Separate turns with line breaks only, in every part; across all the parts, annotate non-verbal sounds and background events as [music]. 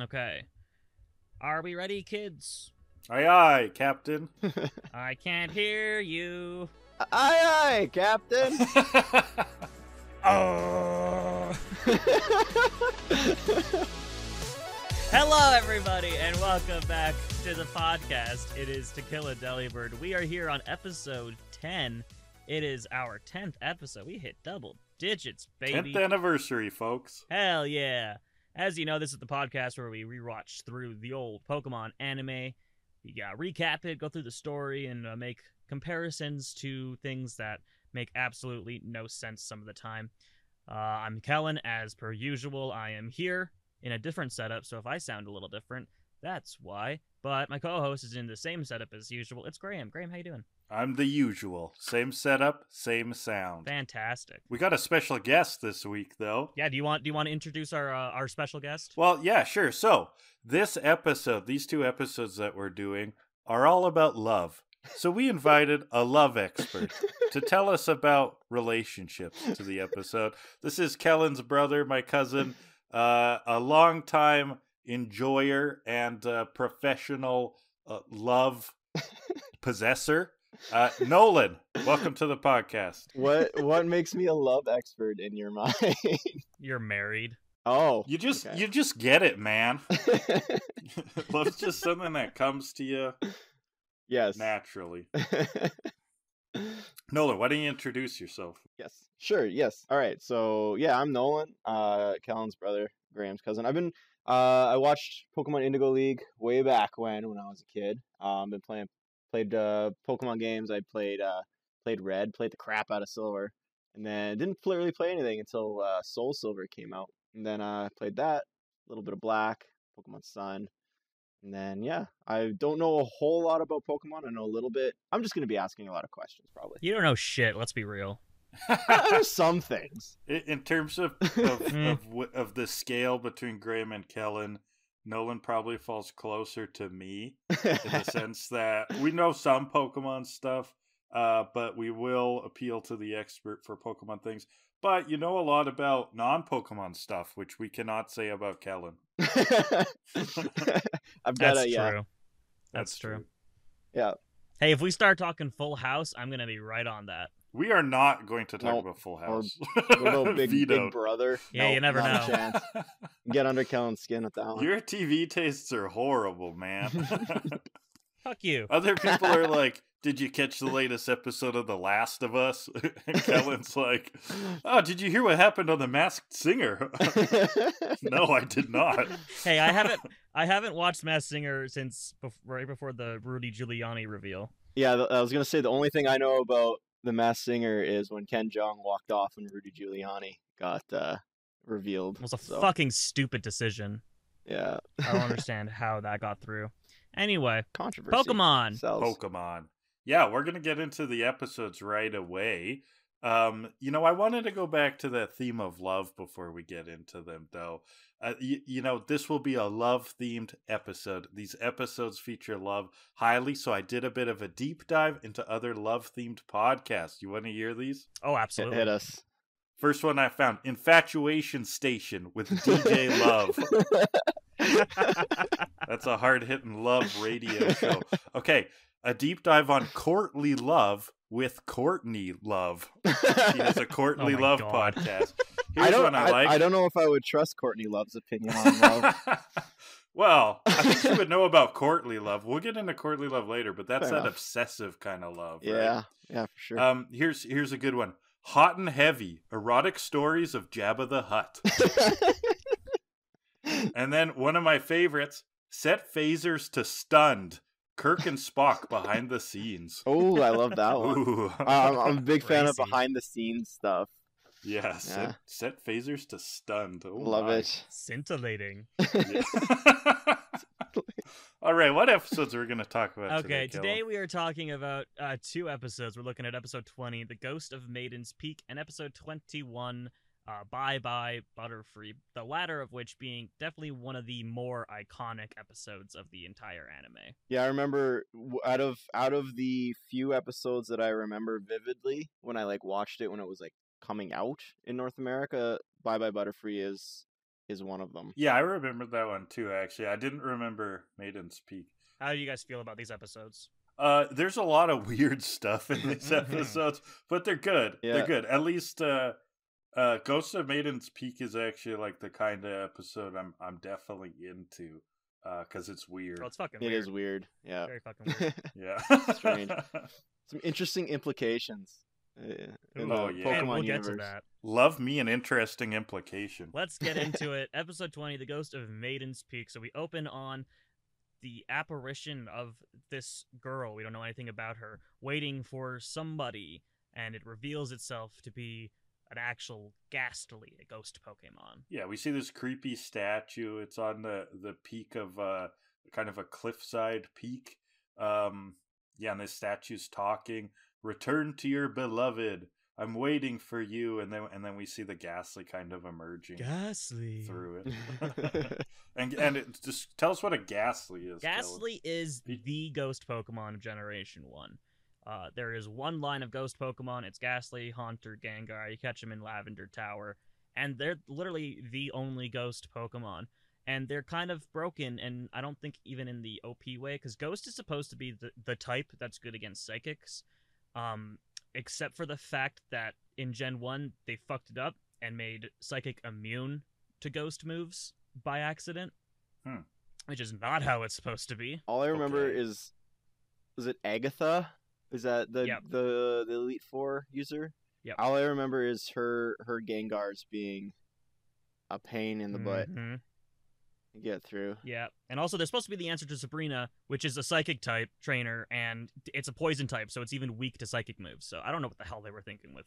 Okay. Are we ready, kids?
Aye, aye, Captain.
I can't hear you.
Aye, aye, Captain.
Uh,
Oh. Hello, everybody, and welcome back to the podcast. It is To Kill a Delibird. We are here on episode 10. It is our 10th episode. We hit double digits, baby.
10th anniversary, folks.
Hell yeah. As you know, this is the podcast where we rewatch through the old Pokemon anime. We uh, recap it, go through the story, and uh, make comparisons to things that make absolutely no sense some of the time. Uh, I'm Kellen, as per usual. I am here in a different setup, so if I sound a little different, that's why. But my co-host is in the same setup as usual. It's Graham. Graham, how you doing?
I'm the usual. Same setup, same sound.
Fantastic.
We got a special guest this week, though.
Yeah. Do you want Do you want to introduce our uh, our special guest?
Well, yeah, sure. So, this episode, these two episodes that we're doing, are all about love. So, we invited a love expert to tell us about relationships to the episode. This is Kellen's brother, my cousin, uh, a longtime enjoyer and uh, professional uh, love possessor. Uh, Nolan, welcome to the podcast.
[laughs] what what makes me a love expert in your mind? [laughs]
You're married.
oh,
You just
Okay.
you just get it, man. [laughs] Love's just something that comes to you
[laughs] yes. [laughs]
naturally. Nolan, why don't you introduce
[laughs]
yourself?
Yes. Sure. Yes. All right. So yeah, I'm Nolan, uh, Kellen's brother, Graham's cousin. I've been uh, I watched Pokemon Indigo League way back when when I was a kid. Um, been playing played uh, Pokemon games. I played uh, played Red, played the crap out of Silver, and then didn't pl- really play anything until uh, Soul Silver came out. And then uh, I played that a little bit of Black, Pokemon Sun. And then yeah, I don't know a whole lot about Pokemon. I know a little bit. I'm just gonna be asking a lot of questions probably.
You don't know shit. Let's be real.
I know some things.
In in terms of
[laughs]
of, of w- of the scale between Graham and Kellen, Nolan probably falls closer to me in
[laughs]
the sense that we know some Pokemon stuff, uh, but we will appeal to the expert for Pokemon things. But you know a lot about non Pokemon stuff, which we cannot say about Kellen. [laughs]
I've got
That's
a yeah.
true. uh, That's, true.
[laughs]
Yeah.
Hey, if we start talking Full House, I'm gonna be right on that.
We are not going to talk
Nope.
about Full
Or-
House. [laughs]
What about big, big
Vetoed.
brother?
Yeah, you never
not a
know.
chance. Get under Kellen's skin with that one.
Your TV tastes are horrible, man.
[laughs]
[laughs]
Fuck you.
Other people
[laughs]
are like, "Did you catch the latest episode of The Last of Us?" [laughs] and Kellen's like, "Oh, did you hear what happened on The Masked Singer?" [laughs] no, I did not.
Hey, I haven't I haven't watched Mass Singer since bef- right before the Rudy Giuliani reveal.
[laughs] yeah, th- I was gonna say the only thing I know about the Mass Singer is when Ken Jong walked off and Rudy Giuliani got uh, revealed.
It was a
So,
fucking stupid decision.
Yeah,
I
[laughs]
don't understand how that got through. Anyway,
controversy.
Pokemon.
sells.
Pokemon. Yeah, we're gonna get into the episodes right away. Um, you know, I wanted to go back to that theme of love before we get into them, though. Uh, you, you know, this will be a love themed episode. These episodes feature love highly, so I did a bit of a deep dive into other love themed podcasts. You want to hear these?
Oh,
Hit,
absolutely.
hit us.
First one I found Infatuation Station with DJ Love. That's a hard hitting love radio show. Okay, a deep dive on courtly love with Courtney Love. She
[laughs]
[laughs]
has a courtly
Oh my
love
God.
podcast. Here's
I don't.
one I, like. [laughs]
I don't know if I would trust Courtney Love's opinion on love.
well, I think you would know
[laughs]
about courtly love. We'll get into courtly love later, but that's
Fair
that
enough.
obsessive kind of love.
yeah, yeah, for sure.
Right? Um. Here's here's a good one. Hot and heavy erotic stories of Jabba the Hutt. And then one of my favorites, set phasers to stunned. Kirk and Spock behind the scenes.
[laughs] oh, I love Uh, that
[laughs]
one.
Ooh.
I'm, I'm a big fan of
Crazy.
behind the scenes stuff.
yeah, set,
yeah.
set phasers to stunned. Oh,
Love
my.
it.
[laughs] Scintillating.
[laughs]
Yeah. [laughs] All right, what episodes are we going to talk about
Okay,
today?
today we are talking about uh, two episodes. We're looking at episode 20, The Ghost of Maiden's Peak, and episode 21, uh, Bye Bye Butterfree, the latter of which being definitely one of the more iconic episodes of the entire anime.
Yeah, I remember w- out of out of the few episodes that I remember vividly when I like watched it when it was like coming out in North America, Bye Bye Butterfree is is one of them.
Yeah, I remember that one too. Actually, I didn't remember Maiden's Peak.
How do you guys feel about these episodes?
Uh, there's a lot of [laughs] weird stuff in
[laughs]
these
Mhm.
episodes, but they're good.
Yeah.
They're good. At least, uh, uh, Ghost of Maiden's Peak is actually like the kind of episode I'm I'm definitely into, uh, because it's weird.
Well, it's fucking
It
weird.
is weird. Yeah.
Very fucking
[laughs]
weird.
yeah,
strange. Some interesting implications. uh, in
Oh,
the
yeah.
and
Pokemon
we'll
universe.
get to that.
[laughs] Love me an interesting implication.
Let's get into it. Episode 20, The Ghost of Maiden's Peak. So we open on the apparition of this girl. We don't know anything about her, waiting for somebody, and it reveals itself to be an actual ghastly, a ghost Pokemon.
Yeah, we see this creepy statue. It's on the the peak of uh kind of a cliffside peak. Um yeah, and this statue's talking, "Return to your beloved. I'm waiting for you." And then and then we see the ghastly kind of emerging
Ghastly.
through
[laughs]
it. [laughs] and and it just tell us what a ghastly is. Dylan.
Ghastly is the ghost Pokemon of Generation 1. Uh, there is one line of ghost Pokemon. It's Ghastly, Haunter, Gengar. You catch them in Lavender Tower. And they're literally the only ghost Pokemon. And they're kind of broken, and I don't think even in the OP way, because ghost is supposed to be the, the type that's good against psychics. Um, except for the fact that in Gen 1, they fucked it up and made psychic immune to ghost moves by accident.
Hmm.
Which is not how it's supposed to be.
All I remember
Okay.
is, is it Agatha? Is that the
Yep.
the the Elite Four user?
Yep.
All I remember is her her Gengars being a pain in the butt
Mhm.
to get through.
Yeah, and also they're supposed to be the answer to Sabrina, which is a psychic type trainer, and it's a poison type, so it's even weak to psychic moves. So I don't know what the hell they were thinking with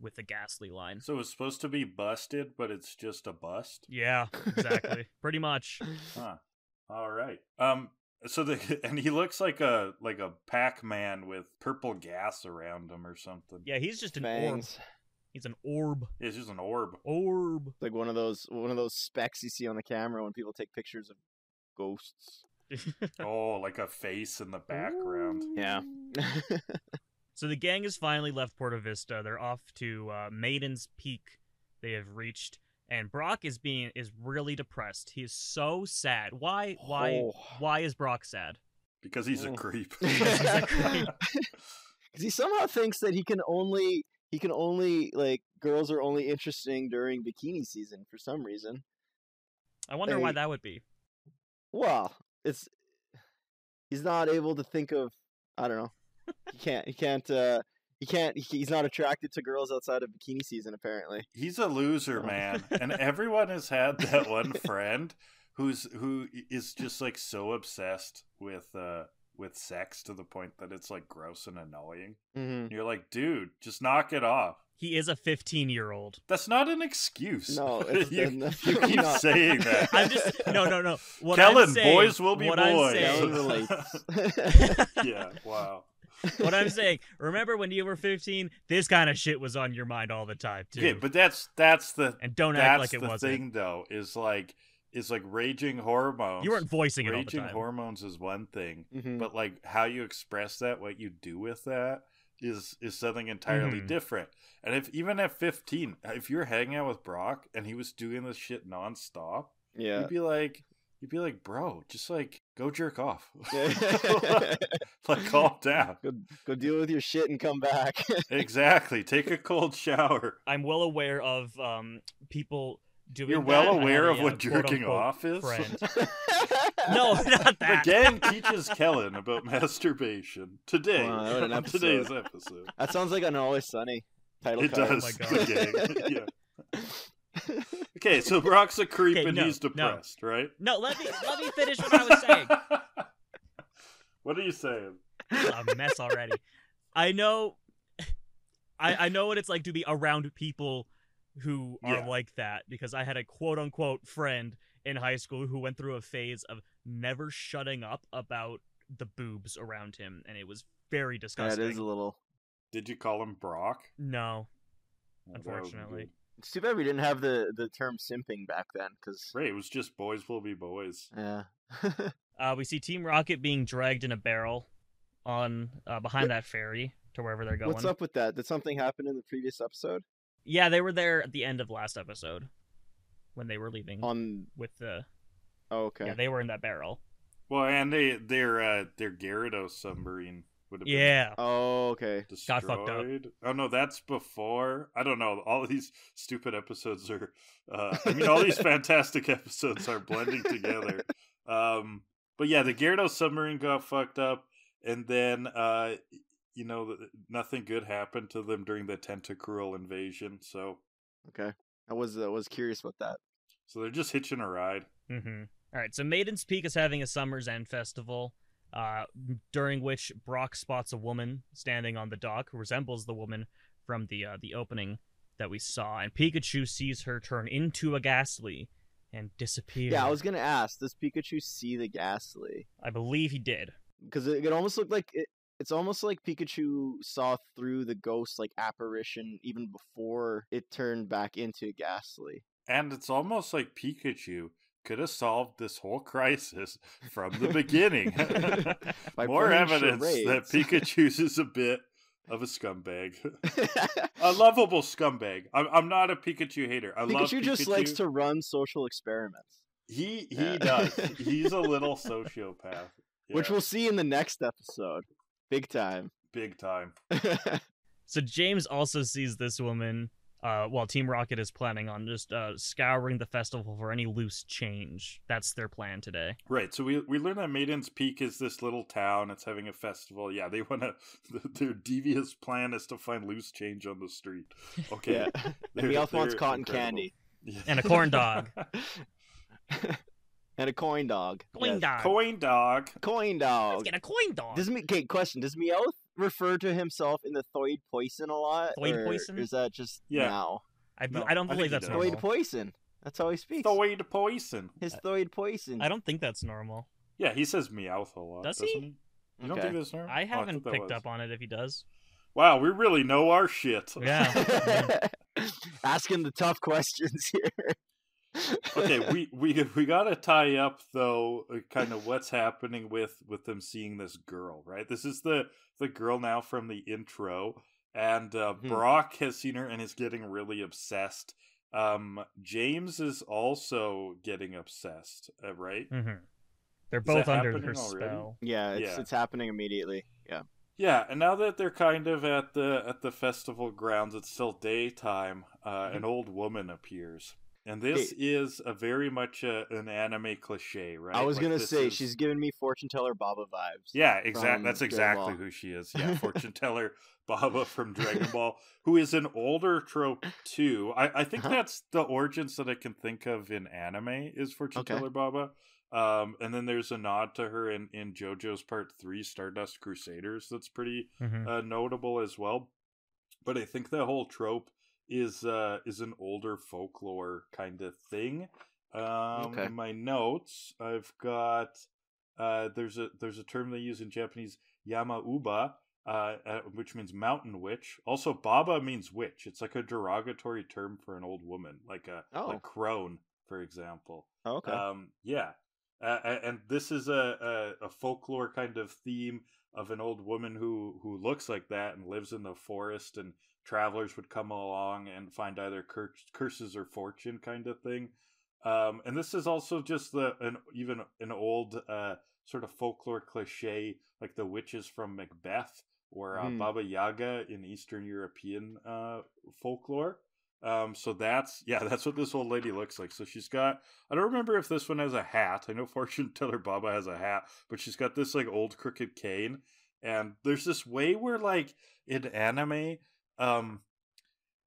with the ghastly line.
So it's supposed to be busted, but it's just a bust.
Yeah,
[laughs]
exactly, pretty much.
Huh. All right. Um. So the [laughs] and he looks like a like a Pac Man with purple gas around him or something.
Yeah, he's just an orb.
Fangs.
He's an orb.
It's just an
[laughs]
orb.
Orb. [laughs]
Like one of those one of those specks you see on the camera when people take pictures of ghosts.
Oh, like a face in the background.
Yeah. [laughs]
So the gang has finally left Puerto Vista. They're off to uh, Maiden's Peak. They have reached, and Brock is being is really depressed. He is so sad. Why? Why?
Oh.
Why is Brock sad?
Because he's a
Oh. [laughs]
creep.
He's a creep. 'Cause he somehow thinks that he can only he can only like girls are only interesting during bikini season for some reason.
I wonder why
Hey.
that would be.
Well, it's he's not able to think of I don't know. He can't he can't uh he can't he- he's not attracted to girls outside of bikini season apparently.
[laughs] he's a loser,
Oh.
man. And everyone has had that
[laughs]
one friend who's who is just like so obsessed with uh with sex to the point that it's like gross and annoying.
Mm-hmm.
And you're like, dude, just knock it off.
He is a 15 year old.
That's not an excuse. [laughs]
No, it's,
you,
it's [laughs]
you
definitely
keep
not.
saying that.
I'm
[laughs]
[laughs]
just no, no, no. What
Kellen,
I'm saying,
boys will be
what
boys. [laughs]
Kellen
[laughs] I'm
relates.
saying,
yeah. Wow.
what I'm saying. Remember when you were 15? This kind of shit was on your mind all the time too.
Okay, but that's that's the
and don't
that's
act like it
the
wasn't.
thing though is like is like raging hormones.
you weren't voicing it all the
raging
time.
hormones is one thing,
Mhm.
but like how you express that, what you do with that is is something entirely
Mhm.
different. And if even at 15, if you're hanging out with Brock and he was doing this shit nonstop,
yeah.
you'd be like you'd be like, "Bro, just like go jerk off."
[laughs]
[laughs]
Yeah.
like calm
[laughs]
down.
Go, go deal with your shit and come back. [laughs]
Exactly. Take a cold shower.
I'm well aware of um people doing.
You're well
that. I had
aware
a,
of what
uh,
jerking
quote-unquote
off is.
Friend. No, [laughs] not
The
that. [laughs]
gang teaches Kellen about masturbation today
Wow, what an
[laughs] on today's episode.
That sounds like an Always Sunny title
It
card. [laughs]
does.
my God.
The gang. Yeah. Okay, so Brock's a creep
Okay,
and
no,
he's
no.
depressed, right?
No, let me let me finish what I was saying.
[laughs] What are you saying?
a mess already. I know, I, I know what it's like to be around people who are
Yeah.
like that because I had a quote unquote friend in high school who went through a phase of never shutting up about the boobs around him, and it was very
that
disgusting.
is a little.
Did you call him Brock?
No,
That would be
Unfortunately.
good.
It's too bad we didn't have the, the term simping back then, because
Right, it was just boys will be boys.
yeah, [laughs]
uh, we see Team Rocket being dragged in a barrel on uh, behind that ferry to wherever they're going.
what's up with that? Did something happen in the previous episode?
Yeah, they were there at the end of last episode. when they were leaving
On
with the
oh, okay.
Mm-hmm. yeah they were in that barrel.
Well, and they their uh, their Gyarados submarine would have been
Yeah,
Oh, okay.
Got
destroyed.
fucked up.
Oh no, that's before. I don't know. All these stupid episodes are. Uh, I
[laughs]
mean, all these fantastic episodes are blending together. Um, but yeah, the Gyarados submarine got fucked up, and then uh, you know th- nothing good happened to them during the Tentacruel invasion. So
[laughs] Okay. I was I was curious about that.
so they're just hitching a ride.
Mm-hmm. All right, so Maiden's Peak is having a summer's end festival, uh, during which Brock spots a woman standing on the dock who resembles the woman from the uh, the opening that we saw, and Pikachu sees her turn into a Ghastly and disappear.
Yeah, I was gonna ask. Does Pikachu see the Ghastly?
I believe he did.
Because it, it almost looked like it, it's almost like Pikachu saw through the ghost like apparition even before it turned back into Ghastly.
And it's almost like Pikachu could have solved this whole [laughs] crisis from the beginning.
[laughs]
By
More
playing
evidence that
[laughs] charades.
Pikachu's is a bit of a scumbag, a lovable scumbag. I'm, I'm not a Pikachu hater. I love
Pikachu
Pikachu.
just likes to run social experiments,
He he
Yeah.
does. He's a
[laughs]
little sociopath,
which
Yeah,
we'll see in the next episode. Big time. [laughs]
big time.
So James also sees this woman uh, while Team Rocket is planning on just uh, scouring the festival for any loose change. That's their plan today.
Right. So we we learn that Maiden's Peak is this little town. It's having a festival. Yeah, they want to. [laughs] Their devious plan is to find loose change on the street. Okay.
yeah.
They're-
we all wants
they're
cotton
incredible.
candy
Yeah.
And a
[laughs]
corn dog.
and a coin dog.
Coin
Yes.
dog.
Coin dog.
Coin
Let's
dog.
get a coin dog.
Does me okay, question, does Meowth refer to himself in the Thoid Poison a lot?
Thoid
or
Poison?
Is that just
Yeah.
now?
I,
No,
I don't
I
believe
think he
that's
does.
normal.
Thoid Poison. That's how he speaks.
Thoid poison.
His Thoid Poison.
I don't think that's normal.
Yeah, he says meowth a lot.
Does
doesn't
he?
he? You don't think that's normal?
I
Oh,
haven't
thought that
picked
was.
up on it if he
[laughs]
does.
Wow, we really know our shit.
[laughs] Yeah.
[laughs] Asking the tough questions here.
[laughs] okay, we we we gotta tie up though, uh, kind of what's happening with with them seeing this girl, right? This is the the girl now from the intro, and uh,
Hmm.
Mhm.
Brock has seen her and is getting really obsessed. Um, James is also getting obsessed, uh, right?
Mm-hmm. They're
Is
both
that
under her
happening already?
spell.
[laughs] Yeah, it's
Yeah.
it's happening immediately. Yeah.
Yeah, and now that they're kind of at the at the festival grounds, it's still daytime. Uh, An old woman appears, and this
Mm-hmm. Hey.
is a very much a, an anime cliche, right?
I was
Like,
gonna
this
say
is-
she's giving me fortune teller Baba vibes.
yeah, exactly.
from
That's
Dragon
exactly
Ball.
who she is.
[laughs]
Yeah, fortune teller Baba from Dragon Ball, who is an older trope too. I, I think
Uh-huh.
that's the origins that I can think of in anime is fortune
Okay.
teller Baba. Um, and then there's a nod to her in, in JoJo's Part Three, Stardust Crusaders. That's pretty
Mm-hmm.
uh, notable as well. But I think the whole trope is uh, is an older folklore kind of thing. Um,
Okay.
In my notes, I've got uh, there's a there's a term they use in Japanese, yamauba, uh, uh, which means mountain witch. Also, baba means witch. It's like a derogatory term for an old woman, like a
Oh.
like crone, for example.
Oh, okay.
Um, yeah. Uh, a- and this is a, a, a folklore kind of theme of an old woman who, who looks like that and lives in the forest, and travelers would come along and find either cur- curses or fortune kind of thing. Um, and this is also just the an even an old uh, sort of folklore cliche, like the witches from Macbeth or uh,
Hmm.
Baba Yaga in Eastern European uh, folklore. Um, so that's yeah, that's what this old lady looks like. So she's got I don't remember if this one has a hat. I know [laughs] Fortune Teller Baba has a hat, but she's got this like old crooked cane. And there's this way where like in anime, um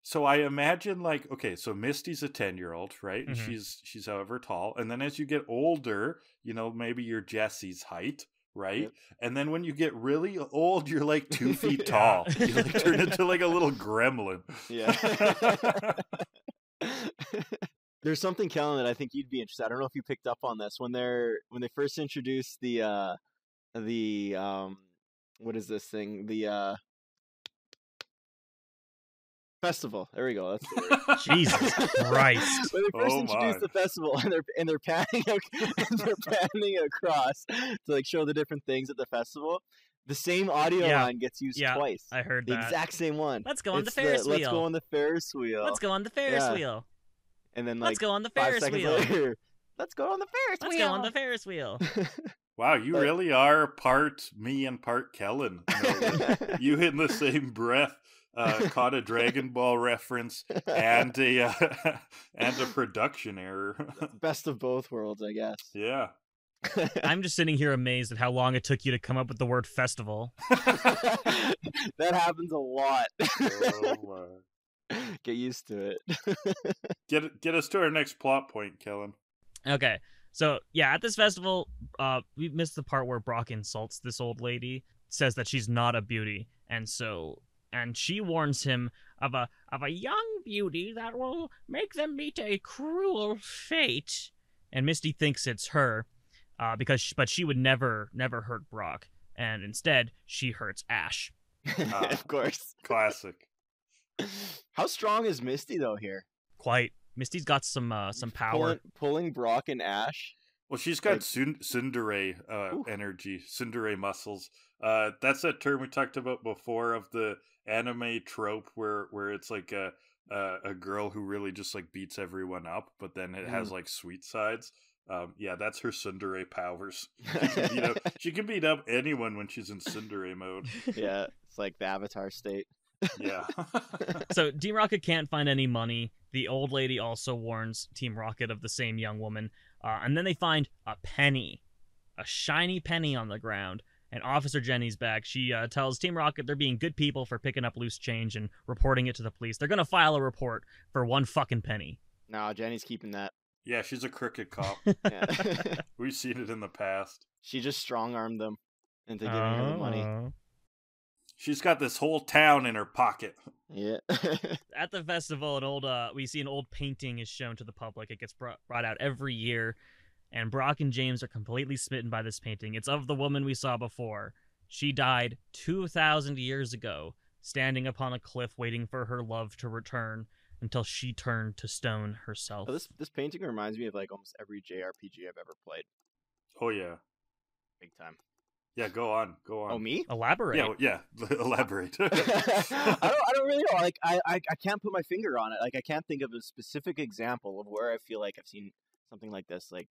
so I imagine like okay, so Misty's a 10-year-old, right? And
Mm-hmm.
Mhm.
she's she's however tall. And then as you get older, you know, maybe you're Jesse's height, right?
Yep.
And then when you get really old, you're like
[laughs]
2 feet tall. You like turn into like a little gremlin. [laughs]
yeah. [laughs] There's something, Kellen, that I think you'd be interested. I don't know if you picked up on this when they're when they first introduced the uh the um what is this thing the uh festival. There we go. That's the word.
Jesus
[laughs]
Christ.
when they first
Oh
introduced
my.
the festival and they're and they're panning ac- [laughs]
[laughs]
and they're panning across to like show the different things at the festival, the same audio
Yeah.
line gets used
Yeah,
twice.
I heard
the
that.
exact same one.
Let's go on the
It's
Ferris
Let's
wheel.
go on the Ferris wheel.
Let's go on the Ferris
Yeah.
wheel.
and then
Let's
like
go on the
five
Ferris
seconds
wheel.
later, [laughs] let's go on the Ferris
Let's
wheel.
go on the Ferris
[laughs]
wheel.
Wow, you
But-
really are part me and part Kellen. Nolan. [laughs] you in the same breath uh, caught a Dragon Ball reference and a uh, [laughs] and a production error.
[laughs]
[laughs]
Best of both worlds, I guess. [laughs]
yeah.
I'm just sitting here amazed at how long it took you to come up with the word festival.
that happens a lot. [laughs]
Oh, uh,
Get used to it. [laughs]
get get us to our next plot point, Kellen.
Okay. So yeah, at this festival, uh, we missed the part where Brock insults this old lady, says that she's not a beauty, and so and she warns him of a of a young beauty that will make them meet a cruel fate. And Misty thinks it's her, uh, because she, but she would never never hurt Brock, and instead she hurts Ash.
of course.
Classic.
How strong is Misty though here?
Quite Misty's got some uh, some power.
Pulling, pulling Brock and Ash.
Well, she's got
Like-
Sun- Sundere uh,
Ooh.
energy, Sundere muscles. Uh, that's that term we talked about before of the anime trope where where it's like a a, a girl who really just like beats everyone up, but then it has like sweet sides. Um, yeah, that's her Sundere powers. [laughs] She can, beat up, she can beat up anyone when she's in Sundere mode.
[laughs] yeah, it's like the Avatar state.
Yeah. [laughs]
so Team Rocket can't find any money. The old lady also warns Team Rocket of the same young woman, uh, and then they find a penny, a shiny penny on the ground. And Officer Jenny's back. She uh, tells Team Rocket they're being good people for picking up loose change and reporting it to the police. They're gonna file a report for one fucking penny.
No, Jenny's keeping that.
yeah, she's a crooked cop.
[laughs] Yeah.
We've seen it in the past.
she just strong armed them into giving her the money.
Oh.
She's got this whole town in her pocket.
Yeah. [laughs]
At the festival, an old uh, we see an old painting is shown to the public. It gets brought brought out every year, and Brock and James are completely smitten by this painting. It's of the woman we saw before. She died two thousand years ago, standing upon a cliff, waiting for her love to return until she turned to stone herself.
Oh, this this painting reminds me of like almost every JRPG I've ever played.
Oh yeah.
Big time.
Yeah, go on. Go on.
Oh me?
Elaborate.
Yeah, well, yeah. [laughs] Elaborate.
[laughs] I don't [laughs] I don't really know. Like I, I I can't put my finger on it. Like I can't think of a specific example of where I feel like I've seen something like this like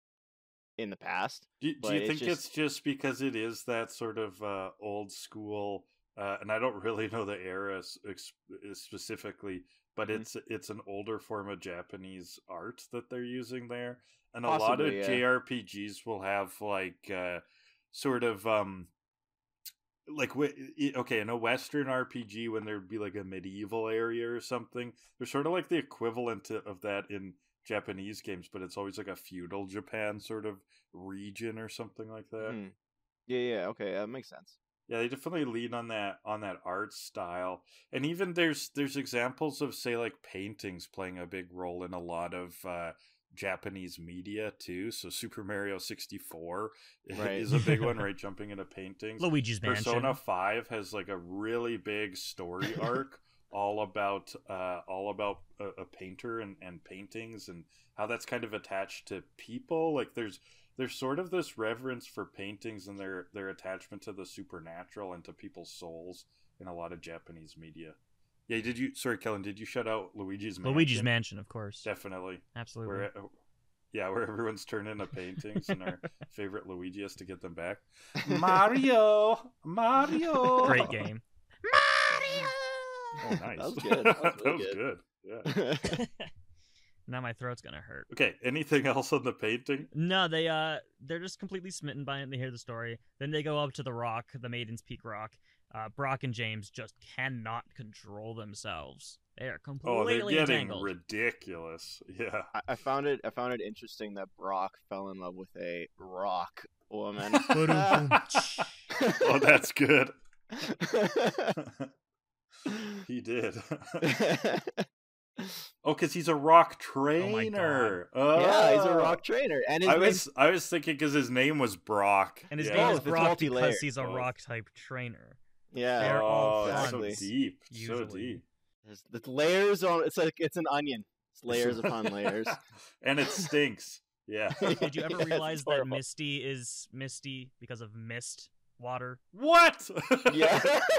in the past.
do, do
but
you
it's
think
just-
it's just because it is that sort of uh, old school, uh, and I don't [laughs] really know the era s- ex- uh, specifically, but
Mhm.
it's it's an older form of Japanese art that they're using there, and a lot of
Possibly, yeah.
JRPGs will have like uh, sort of um, like wi- i- okay in a Western RPG when there'd be like a medieval area or something, they're sort of like the equivalent to, of that in Japanese games, but it's always like a feudal Japan sort of region or something like that.
Hmm. Yeah, yeah, okay, that makes sense.
Yeah, they definitely lean on that on that art style. And even there's there's examples of say like paintings playing a big role in a lot of uh Japanese media too. So Super Mario [laughs] 64
Right.
is a big
[laughs]
one, right? Jumping into paintings.
Luigi's Mansion.
Persona 5 has like a really
[laughs]
big story arc all about uh all about a, a painter and and paintings and how that's kind of attached to people like there's there's sort of this reverence for paintings and their their attachment to the supernatural and to people's souls in a lot of Japanese media. Yeah, did you sorry Kellen, did you shut out Luigi's Mansion?
Luigi's Mansion, of course.
Definitely.
Absolutely.
Where e, oh, yeah, where everyone's turning to paintings and our [laughs] favorite Luigi has to get them back. Mario, Mario. [laughs]
Great game.
Oh, nice.
That
[laughs]
was good. That was really
was
good.
good. Yeah.
now my throat's gonna hurt.
Okay. Anything else on the painting?
No, they uh they're just completely smitten by it and they hear the story. Then they go up to the rock, the Maiden's Peak Rock. Uh, Brock and James just cannot control themselves. They are
Oh,
completely
they're getting
entangled.
ridiculous. Yeah.
[laughs] I, I found it I found it interesting that Brock fell in love with a rock
[laughs]
woman. [laughs]
oh, that's good. [laughs] he did. [laughs] oh, because he's a rock
my God.
trainer. Oh,
yeah, he's a rock trainer. And his
I
name-
was I was thinking because his name was Brock.
and his
yeah.
name
Oh,
is
it's
Brock
multi-layered.
because he's a
Oh.
rock type
[laughs]
trainer.
yeah,
They're all
Oh, that's
fronts,
so deep. So
usually.
deep.
There's, there's layers on. It's like it's an onion. It's layers upon [laughs] layers.
[laughs] and it stinks.
[laughs]
Yeah.
Did you ever
Yes, it's
realize that
horrible.
Misty is Misty because of mist water?
What?
Yeah.
[laughs]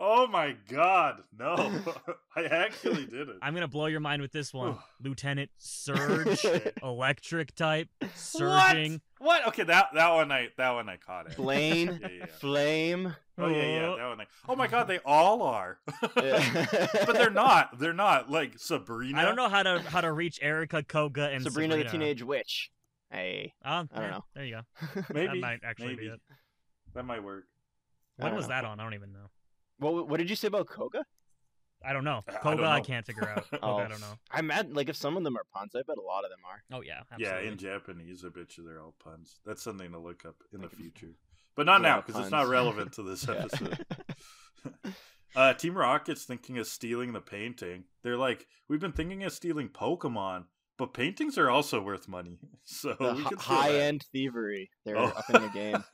Oh my god,
[laughs]
no. [laughs] I actually didn't.
I'm gonna blow your mind with this one,
[laughs]
Lieutenant Surge,
[laughs]
electric type,
What?
surging.
What? Okay, that that one I that one I caught it.
Blaine,
[laughs] Yeah, yeah. [laughs]
Flame.
Oh yeah, yeah, that one. I, oh my god, they all are. [laughs] but
but
they're not. They're not like Sabrina.
I don't know how to how to reach Erica, Koga, and
Sabrina,
Sabrina,
the Teenage Witch. Hey.
Um,
I don't know.
There you go.
Maybe
that might actually
maybe.
be it.
That might work. [laughs]
I
When
don't
was
know.
that on? I don't even know.
What, what did you say about Koga?
I don't know.
I don't
Koga, I
know.
can't figure
[laughs]
out. Koga,
Oh.
I don't know.
I'm at, like, if some of them are puns, I bet a lot of them are.
Oh yeah, absolutely.
Yeah, in Japanese, I bet you they're all puns. That's something to look up in the
Like, if-
future, but not
Yeah,
now because it's not
puns.
relevant
[laughs]
to this
Yeah.
[laughs] episode. uh, Team Rocket's thinking of stealing the painting. They're like, we've been thinking of stealing Pokemon, but paintings are also worth money, [laughs] so
The
we
hi-
can steal [laughs]
high
that.
end thievery. They're
Oh.
up in the game.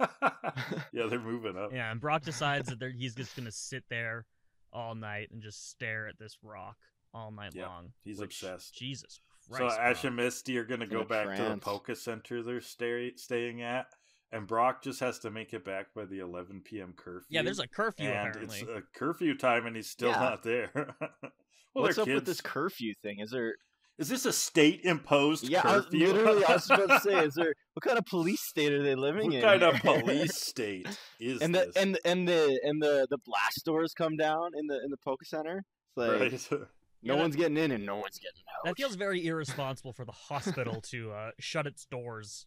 yeah, they're moving
[laughs]
up.
Yeah, and Brock decides
[laughs]
that they're- he's just gonna sit there all night and just stare at this rock all night
Yeah,
long.
he's
which-
obsessed.
Jesus Christ.
So Ash
Brock.
and Misty are going to
In a
go back to the
trance.
Poke Center they're stay- staying at, and Brock just has to make it back by the 11 p.m. curfew.
yeah, there's a curfew
and
apparently.
it's uh, a curfew time, and he's still
Yeah.
not there. [laughs] [laughs] well,
What's
they're
up with
kids.
this curfew thing? Is there.
Is this a state imposed
Yeah, I was,
curfew?
literally, I was about
[laughs]
to say, is there. What kind of police state are they living
what
in?
kind of
here?
police state is
[laughs] and the
this?
and and the and the the blast doors come down in the in the poker center. It's like
Right. [laughs]
no
Yeah, that-
one's getting in and no one's getting out.
That feels very irresponsible for the hospital to uh, shut its doors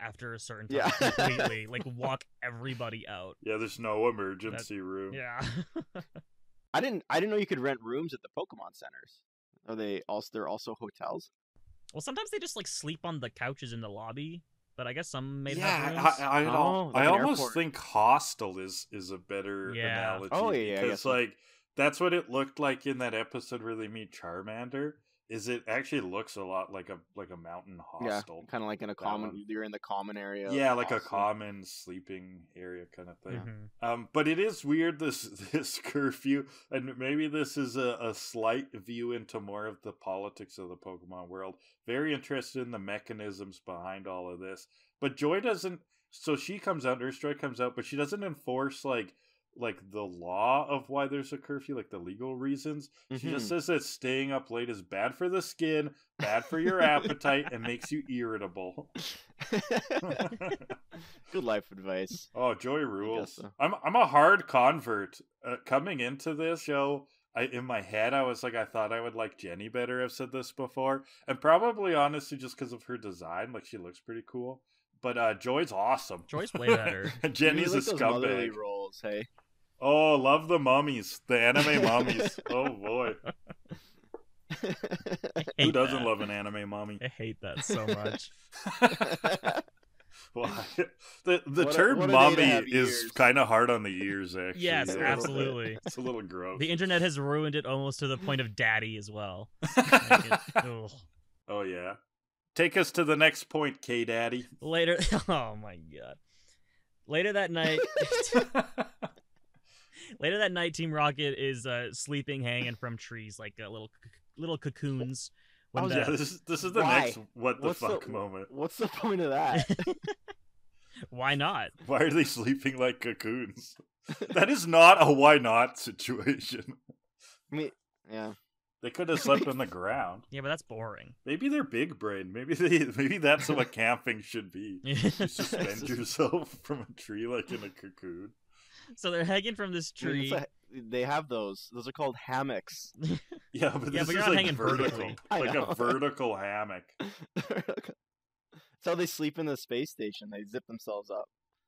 after a certain time
Yeah.
[laughs]
completely, like walk everybody out.
Yeah, there's no emergency room.
Yeah, [laughs]
I didn't I didn't know you could rent rooms at the Pokemon centers. Are they also they're also hotels?
well, sometimes they just like sleep on the couches in the lobby, but I guess some may have
Yeah,
rooms.
I, I, I'd al-
Oh, like
I
an
almost
airport.
think hostel is is a better
Yeah.
analogy.
Oh, yeah, yeah, I guess
because
so.
like that's what it looked like in that episode where they meet Charmander. Is it actually looks a lot like a like a mountain hostel?
Yeah, kind of like in a
That
common
one.
you're in the common area. of
yeah,
the
like a
hostel.
common sleeping area kind of thing.
Mhm.
Um, but it is weird this [laughs] this curfew, and maybe this is a, a slight view into more of the politics of the Pokemon world. Very interested in the mechanisms behind all of this. But Joy doesn't. So she comes out, Nurse Joy comes out, but she doesn't enforce like like the law of why there's a curfew, like the legal reasons. She just
Mhm.
says that staying up late is bad for the skin, bad for your appetite, and makes you [laughs] irritable.
[laughs] Good life
[laughs]
advice.
Oh, Joy rules.
so.
I'm I'm a hard convert. Uh, coming into this show, I in my head I was like I thought I would like Jenny better. I've said this before, and probably honestly just because of her design, like she looks pretty cool. But uh, Joy's awesome.
Joy's way [laughs] better.
And [laughs] Jenny's a
you like those motherly
scumbag.
roles,
[laughs]
hey.
Oh, love the mummies, the
[laughs]
anime mummies. Oh boy, who
Hate
doesn't
that.
love an anime
[laughs]
mummy?
I hate that [laughs] so much.
Why? The the
What a-
term
what a day to
mummy
have
is
ears.
kind of hard on the ears, actually.
yes,
a little bit.
absolutely.
It's a little
[laughs]
gross. [laughs]
The internet has ruined it almost to the point of daddy as well. Like, [laughs] it- ugh.
Oh yeah. Take us to the next point, K
[laughs]
Daddy.
Later, [laughs] oh my god. Later that [laughs] night, later that night, Team Rocket is uh, sleeping, hanging from trees like uh, little c- little cocoons. When
Oh,
the,
yeah, this is this is the
Why?
next what the
What's the-
fuck moment.
What's the point
[laughs]
of that?
[laughs] Why not?
Why are they sleeping like
[laughs]
cocoons? that is not a why not situation.
I mean, yeah.
They could have slept
[laughs]
on the ground.
Yeah, but that's boring. [laughs]
Maybe they're big brain. Maybe they maybe that's what camping should be.
[laughs]
You
This
suspend
is-
yourself from a tree like in a cocoon.
so they're hanging from this
I mean,
tree.
it's a- they have those. Those are called hammocks. [laughs]
Yeah, but
Yeah,
this
but you're
is
not
like
hanging
vertical.
vertically.
I
Like
know. [laughs]
a vertical hammock.
That's how they sleep in the space station. They zip themselves up.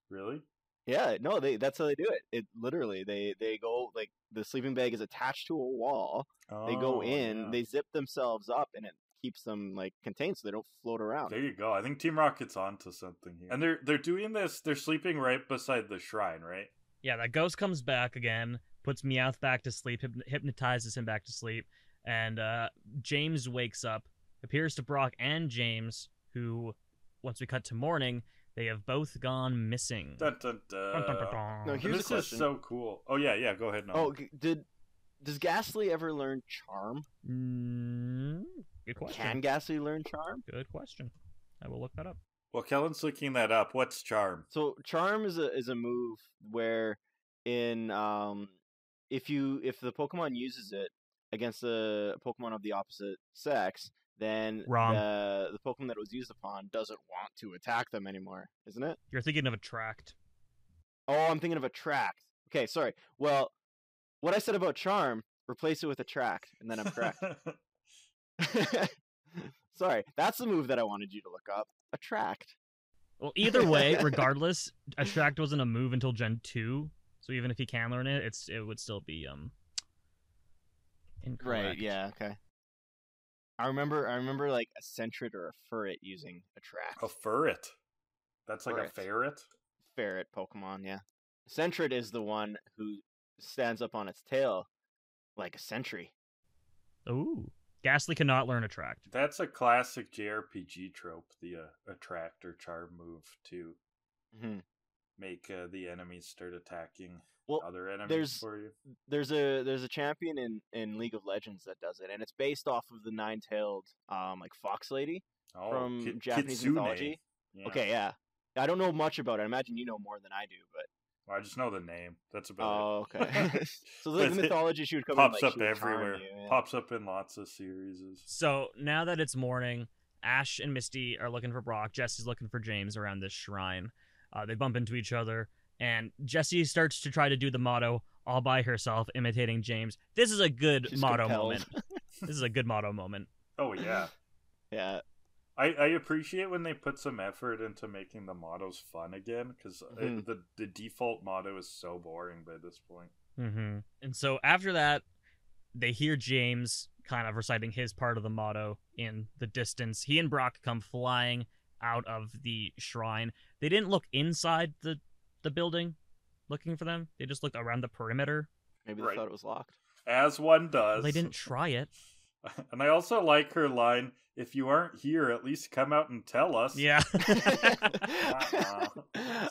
Really?
Yeah, no, they that's how they do it. It literally they they go like the sleeping bag is attached to a wall. They
Oh,
go in,
yeah.
they zip themselves up and it keeps them like contained so they don't float around.
There you go. I think Team Rocket's onto something here. And they're they're doing this. They're sleeping right beside the shrine, right?
yeah, that ghost comes back again, puts Meowth back to sleep, hyp- hypnotizes him back to sleep, and uh, James wakes up, appears to Brock and James, who, once we cut to morning, they have both gone missing.
Dun, uh, dun, dun.
Dun, dun, dun, dun.
No,
And
here's a
this
question.
is so cool. Oh yeah, yeah. Go ahead. No.
Oh, g- did does Ghastly ever learn charm?
Mm, good question.
Can Ghastly learn charm?
Good question. I will look that up.
Well, Kellen's looking that up. What's charm?
So charm is a is a move where in um if you if the Pokemon uses it against a Pokemon of the opposite sex, then
Wrong.
the the Pokemon that it was used upon doesn't want to attack them anymore, isn't it?
You're thinking of attract.
Oh, I'm thinking of attract. Okay, sorry. Well, what I said about charm, replace it with attract, and [laughs] then I'm [laughs] correct. sorry, that's the move that I wanted you to look up. Attract.
Well,
[laughs]
either way, regardless, attract wasn't a move until Gen two, so even if he can learn it, it's it would still be um. Incorrect.
Yeah. Okay. I remember. I remember like a Sentret or a Ferret using
[laughs]
attract.
a ferret. That's like a
Ferret.
ferret.
ferret Pokemon, yeah. Sentret is the one who stands up on its tail like a sentry.
Ooh. Ghastly cannot learn attract.
That's a classic JRPG trope. The uh, attract or charm move to
hmm
make uh, the enemies start attacking
Well,
other enemies
there's-
for you.
There's a there's a champion in, in League of Legends that does it, and it's based off of the nine tailed um like fox lady.
Oh,
from
ki-
Japanese
kitsune.
mythology?
Yeah.
Okay, yeah. I don't know much about it. I imagine you know more than I do, but
Well, I just know the name. That's about
oh,
it. [laughs]
okay. [laughs] so the,
But
the
it
mythology she would come
pops
in, like,
up
she would charm
everywhere.
you, yeah.
Pops up in lots of series.
So now that it's morning, Ash and Misty are looking for Brock. Jesse's looking for James around this shrine. Uh, they bump into each other, and Jesse starts to try to do the motto all by herself, imitating James. This is a good
She's
motto
compelled. [laughs]
moment. this is a good motto moment.
Oh yeah,
Yeah.
I, I appreciate when they put some effort into making the mottos fun again because
Mhm.
the the default motto is so boring by this point.
Mm-hmm. And so after that, they hear James kind of reciting his part of the motto in the distance. He and Brock come flying out of the shrine. They didn't look inside the the building looking for them. They just looked around the perimeter.
Maybe
Right.
they thought it was locked.
[laughs] As one does.
Well, they didn't try
[laughs]
it.
[laughs] And I also like her line: "If you aren't here, at least come out and tell us."
Yeah.
[laughs]
Uh-uh.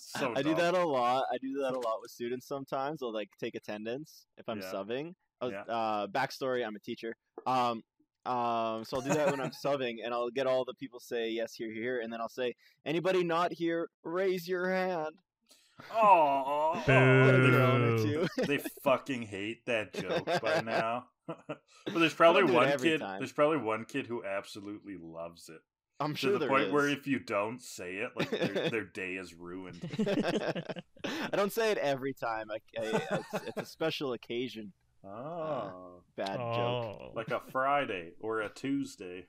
So
I do
dumb.
that a lot. I do that a lot with students sometimes. I'll like take attendance if I'm
Yeah.
subbing. I was,
Yeah.
uh, backstory: I'm a teacher. Um, um, so I'll do that
[laughs]
when I'm subbing, and I'll get all the people say yes, here, here, and then I'll say, anybody not here, raise your hand.
Oh,
Put a
Boo.
they,
groan or
Boo.
[laughs]
two. [laughs]
they fucking hate that joke by now. [laughs] but there's probably
do it
one
every
kid.
time.
There's probably one kid who absolutely loves it
I'm
to
sure
the
there
point where
is.
if you don't say it, like
[laughs]
their, their day is ruined.
I don't say it every time. I, I, it's, it's a special occasion.
Oh,
Bad joke.
oh.
like a Friday or a Tuesday.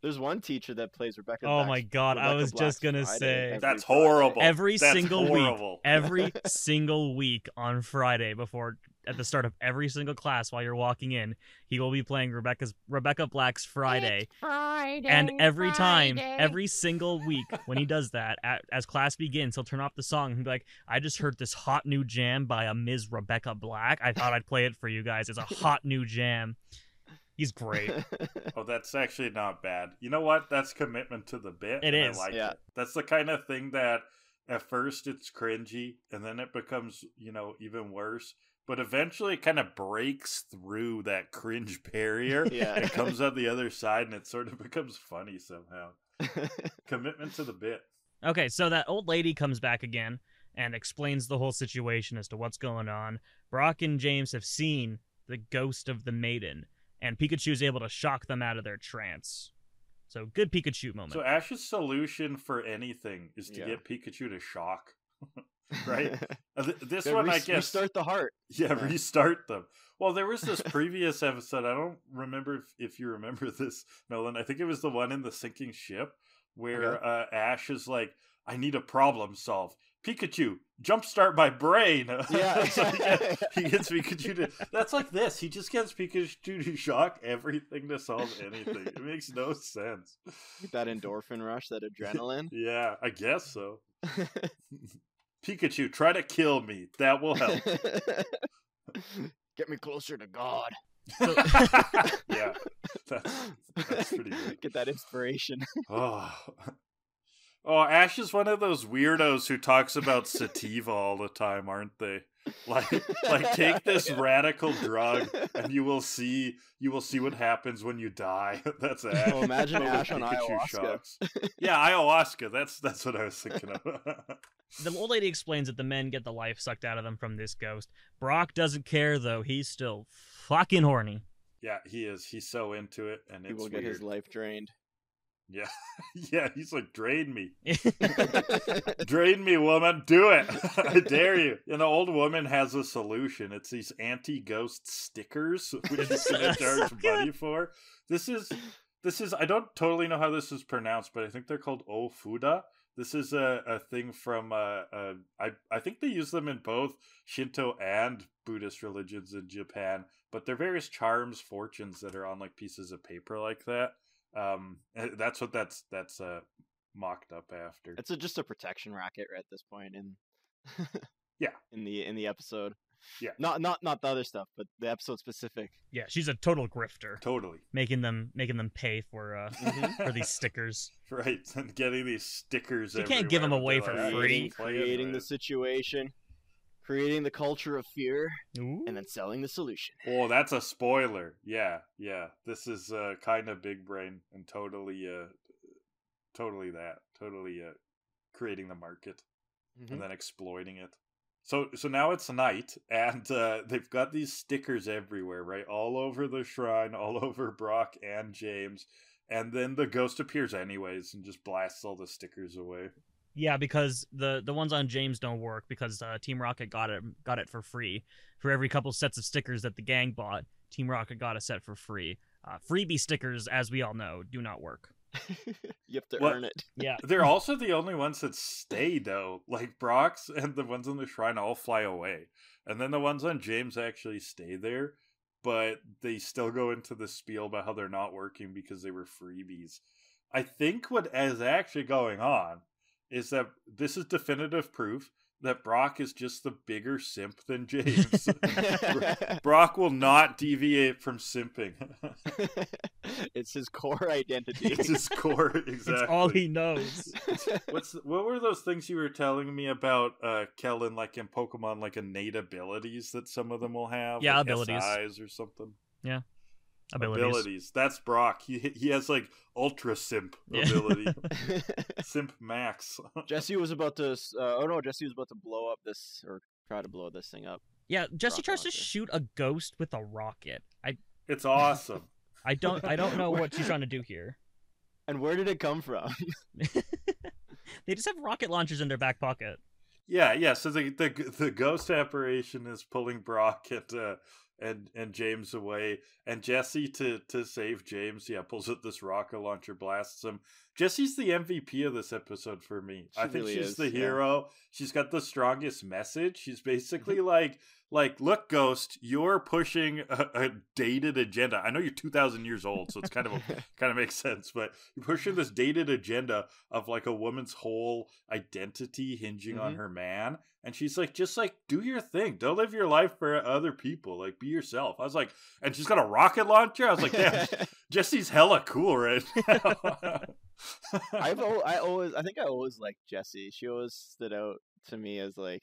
There's one teacher that plays Rebecca.
oh
Black's
my god, I
Rebecca
was just
Black
gonna
Friday
say
every
That's
Friday.
horrible.
every
That's
single week
horrible.
[laughs]
[laughs]
every single week on Friday before at the start of every single class while you're walking in, he will be playing Rebecca's Rebecca Black's Friday.
It's Friday.
And every time,
Friday.
every single week when he does that, at, as class begins, he'll turn off the song and be like, I just heard this hot new jam by a Ms. Rebecca Black. I thought I'd play it for you guys. It's a hot new jam. He's
[laughs]
great.
Oh, that's actually not bad. You know what? That's commitment to the bit.
It
and
is.
I like
Yeah.
it. That's the kind of thing that at first it's cringy and then it becomes, you know, even worse. But eventually it kind of breaks through that cringe [laughs] barrier.
[laughs] Yeah.
It comes out the other side and it sort of [laughs] becomes funny somehow. Commitment to the bit.
Okay, so that old lady comes back again and explains the whole situation as to what's going on. Brock and James have seen the ghost of the maiden, and Pikachu's able to shock them out of their trance. So good Pikachu moment.
So Ash's solution for anything is to
Yeah.
get Pikachu to shock. Right? Uh, th- This
Yeah,
one, I
res-
guess.
Restart
[laughs]
the heart.
Yeah,
Yeah.
restart them. Well, there was
[laughs]
this previous episode. I don't remember if, if you remember [laughs] this, Nolan. I think it was the one in the sinking ship where uh, Ash is like, I need a problem solved. Pikachu, jumpstart my brain. [laughs]
Yeah.
It's
[laughs]
like, yeah, [laughs] he gets Pikachu to. That's like this. He just gets Pikachu to shock everything to solve anything. It makes no sense.
Get [laughs] that endorphin rush, that adrenaline.
Yeah, I guess
[laughs]
so. Pikachu, try to kill me. That will help.
[laughs] Get me closer to God. [laughs]
yeah, [laughs] that's, that's pretty good.
Get that inspiration.
Oh. Oh, Ash is one of those weirdos who talks about sativa all the time, aren't they? Like, like
[laughs]
take this radical drug, and you will see, you will see what happens when you die. [laughs] That's Ash.
Oh, imagine
But with
Ash on ayahuasca. [laughs]
yeah, ayahuasca. That's that's what I was thinking of. [laughs]
The old lady explains that the men get the life sucked out of them from this ghost. Brock doesn't care though; he's still fucking horny. [laughs]
yeah, he is. He's so into it, and
[laughs] He
it's
will get
weird.
his life
[laughs]
drained.
Yeah, [laughs] yeah. He's like, drain me. Drain me, woman. Do it. [laughs] I dare you. And the old woman has a solution. It's these anti-ghost stickers, which she's gonna
That's so
charge
good.
money for. This is this is I don't totally know how this is pronounced, but I think they're called ofuda. This is a, a thing from uh, uh, I I think they use them in both Shinto and Buddhist religions in Japan, but they're various charms, fortunes that are on like pieces of paper like that. Um, eh, that's what that's that's uh, mocked up after.
It's a, just a protection racket right at this point in [laughs]
Yeah.
in the in the episode.
Yeah.
Not not not the other stuff, but the episode specific.
Yeah, she's a total grifter,
Totally.
making them making them pay for uh for these stickers.
[laughs] Right, and getting these stickers.
You can't give 'em
everywhere
away for
with their, like,
free.
"Hey,
Creating,
play it,
creating the
man."
situation, creating the culture of fear,
Ooh.
and then selling the solution.
Oh, that's a spoiler. Yeah, yeah. This is uh, kind of big brain and totally, uh, totally that, totally uh, creating the market
Mm-hmm.
and then exploiting it. So, so now it's night, [laughs] and uh, they've got these stickers everywhere, right, all over the shrine, all [laughs] over Brock and James, and then the ghost appears anyways and just blasts all the stickers away.
Yeah, because the the ones on James don't work because uh, Team Rocket got it got it for free. For every couple sets of stickers that the gang bought, Team Rocket got a set for free. Uh, freebie stickers, as we all know, do not work.
[laughs] you have to
What- [laughs]
earn it. [laughs]
Yeah,
They're also the only ones that stay though. Like Brock's and the ones on the shrine all fly away. And then the ones on James actually stay there, but they still go into the spiel about how they're not working because they were freebies. I think what is actually going on is that this is definitive proof that Brock is just the bigger simp than James. Brock will not deviate from simping. [laughs]
it's his core identity.
it's his core exactly.
it's all he
[laughs]
knows.
[laughs] What's what were those things you were telling me about, uh, Kellen? Like in Pokemon, like innate abilities that some of them will have.
Yeah,
like
abilities.
SIs or something.
Abilities.
That's Brock. He he has like ultra simp
Yeah. [laughs]
ability. simp max.
Jesse was about to. s- Uh, oh no, Jesse was about to blow up this or try to blow this thing up.
Yeah, Jesse
Rocket
tries to
launcher.
shoot a ghost with a rocket. I
It's awesome.
I don't I don't know what she's trying to do here. [laughs]
And where did it come from?
They just have rocket launchers in their back pocket.
yeah, yeah. So the the the ghost apparition is pulling Brock and uh, and and James away, and Jesse to to save James. Yeah, pulls out this rocket launcher, blasts him. Jesse's the MVP of this episode for me.
She
I think
really
she's
is,
the
yeah. Mm-hmm.
hero. She's got the strongest message. She's basically like like look ghost you're pushing a, a dated agenda i know you're 2000 years old so it's kind of a kind of makes sense but you're pushing this dated agenda of like a woman's whole identity hinging on
Mhm.
her man and she's like just like do your thing don't live your life for other people like be yourself i was like and she's got a rocket launcher i
[laughs]
was like damn jesse's hella cool right now
I've al- I always I think I always liked Jesse. She always stood out to me as like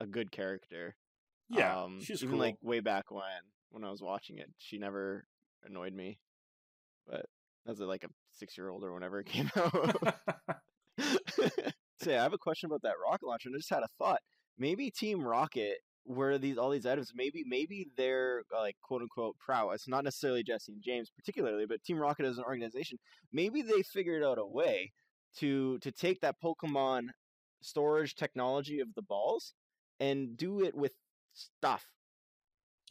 a good character.
[laughs] yeah
um,
she's
even
cool
like way back when when I was watching it, she never annoyed me. But as a, like a six year old or whenever it [laughs] came out. so yeah, I have a question about that rocket launcher, and I just had a thought. Maybe Team Rocket, where these all these items, maybe maybe their uh, like quote unquote prowess, not necessarily Jesse and James particularly, but Team Rocket as an organization, maybe they figured out a way to to take that Pokemon storage technology of the balls and do it with stuff.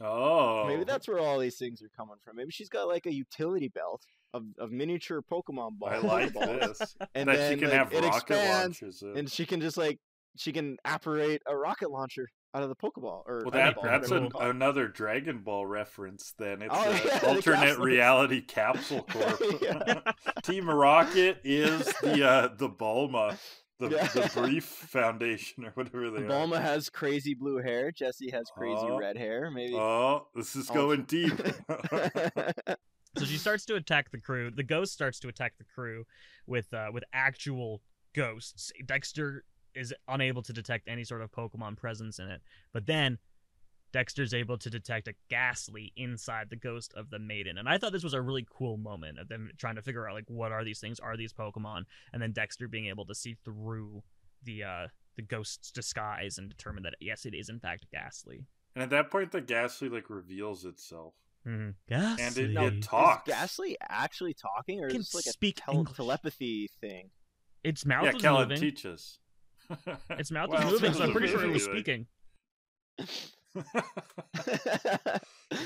oh
Maybe that's where all these things are coming from. Maybe she's got like a utility belt of, of miniature Pokemon [laughs] balls.
i
with
like
balls,
this
And
that
then
she can
like,
have
it
rocket
expands,
launchers in.
and she can just like she can apparate a rocket launcher out of the Pokeball or
Dragon
Well, that,
Pokeball,
Ball,
that's
whatever
an,
you call it.
another Dragon Ball reference. Then it's
Oh,
a
yeah, the
alternate
capsule.
reality
[laughs]
capsule corp.
Yeah.
[laughs] Team Rocket is the uh, the Bulma, the,
Yeah.
the Brief Foundation or whatever they
Bulma has crazy blue hair. Jesse has crazy
Oh.
red hair. Maybe. [laughs]
are. Oh, this is
Oh.
going
[laughs]
deep.
So she starts to attack the crew. The ghost starts to attack the crew with uh, with actual ghosts. Dexter is unable to detect any sort of Pokemon presence in it. But then Dexter's able to detect a ghastly inside the ghost of the maiden. And I thought this was a really cool moment of them trying to figure out like what are these things? Are these Pokemon? And then Dexter being able to see through the uh the ghost's disguise and determine that yes, it is in fact ghastly.
And at that point, the ghastly like reveals itself,
Mm-hmm. Ghastly.
and it, it talks.
Is Ghastly actually talking, or
Can
is this like
speak
a tele-
English.
telepathy thing? [laughs]
Its mouth
yeah,
was
Kellen
moving.
teaches.
Its mouth
Well,
was moving,
it's [laughs]
so I'm pretty sure it was
moving.
speaking.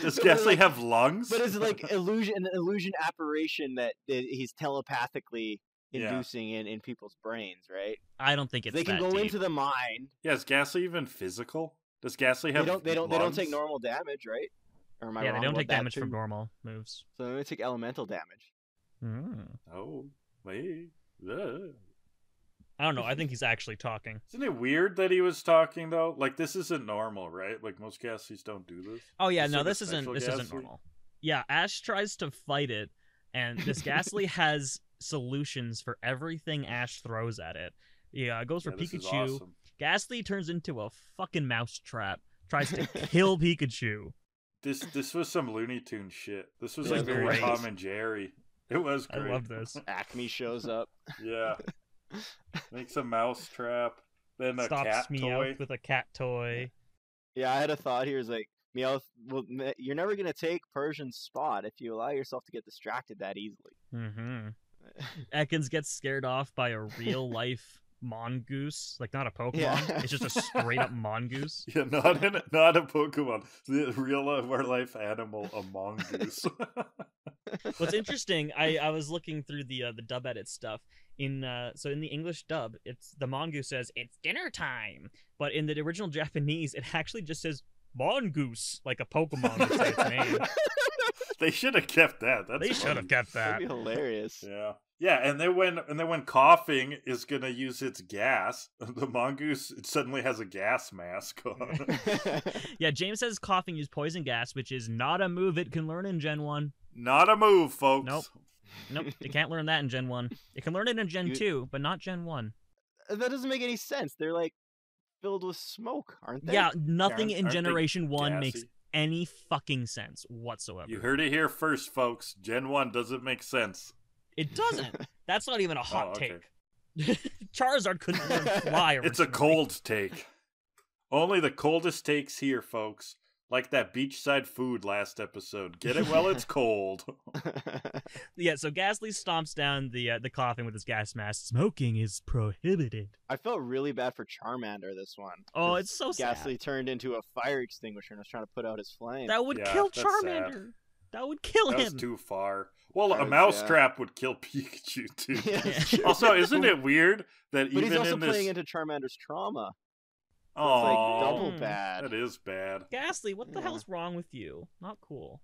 Does
But
Ghastly
[laughs] like-
have lungs?
But it's like illusion, an illusion apparition that that he's telepathically
Yeah.
inducing in in people's brains, right?
I don't think it's
they can
that
go
deep.
into the mind.
[laughs] yeah, is Ghastly even physical? Does Ghastly have
They don't. They don't. They don't take
lungs?
normal damage, right? Or am I
yeah,
wrong
they don't
about
take
that
damage
too?
from normal moves.
So they only take elemental damage.
Mm.
Oh, wait. Ugh.
I don't know. I think he's actually talking.
Isn't it weird that he was talking though? Like this isn't normal, right? Like most Ghastlies don't do this.
Oh yeah,
It's
no,
like a
this isn't
special
this isn't
ghastly.
normal. Yeah, Ash tries to fight it, and this ghastly has solutions for everything Ash throws at it. Yeah, it goes for
Yeah, this is
Pikachu.
awesome.
Ghastly turns into a fucking mousetrap. Tries to kill Pikachu.
This this was some Looney Tune shit. This was
This
like
is
very
great.
Tom and Jerry. It was
I
great.
love this.
Acme shows up.
[laughs] Yeah. Makes a mouse trap, then a cat
Stops me
toy.
out with a cat toy.
Yeah, I had a thought here. Is like Meowth. Well, me- you're never gonna take Persian's spot if you allow yourself to get distracted that easily. [laughs]
Mm-hmm. Ekans gets scared off by a
[laughs]
real life mongoose, like not a Pokemon.
Yeah.
It's just a straight up
[laughs]
mongoose.
[laughs] Yeah, not in not a Pokemon. The real of our life animal, a
[laughs]
mongoose.
What's interesting, I, I was looking through the uh, the dub edit stuff. In uh, so in the English dub, it's the mongoose says it's dinner time, but in the original Japanese, it actually just says mongoose, like a Pokemon. Would say its
[laughs]
name.
[laughs] they should have kept that. That's
they should
funny.
have kept
That'd
that.
be
[laughs]
hilarious.
Yeah. Yeah, and then when and then when coughing is gonna use its gas, [laughs] the mongoose it suddenly has a gas mask on.
[laughs]
Yeah, James says coughing is poison gas, which is not a move it can learn in Gen One.
Not a move, folks.
Nope. Nope, it can't learn that in Gen One. It can learn it in Gen
You-
Two, but not Gen One.
that doesn't make any sense. They're like filled with smoke, aren't they?
Yeah, nothing
Aren't-
in
aren't they
Generation One
Gassy.
makes any fucking sense whatsoever.
You heard it here first, folks. Gen one doesn't make sense.
It
[laughs]
doesn't. That's not even a hot
Oh, okay.
take. [laughs] Charizard couldn't learn
[laughs]
fly.
It's a
originally. [laughs]
cold take. Only the coldest takes here, folks. Like that beachside food last episode. Get it while
[laughs]
it's cold.
Yeah, so Ghastly stomps down the uh, the coffin with his gas mask. Smoking is prohibited.
[laughs] I felt really bad for Charmander this one.
Oh,
'cause
it's so
Ghastly turned into a fire extinguisher and was trying to put out his flame. [laughs]
sad. That would
Yeah,
kill
that's sad.
Charmander. That would kill
That was
him. [laughs]
too far. Well,
That
a
was-
mousetrap would kill [laughs] Pikachu too.
[laughs] Yeah,
[laughs]
it's true.
Also, isn't it weird that even
But he's also
in this
playing into Charmander's trauma. So it's
Aw,
like double
Mm.
bad.
That is bad.
Ghastly, what the
Yeah.
hell's wrong with you? Not cool.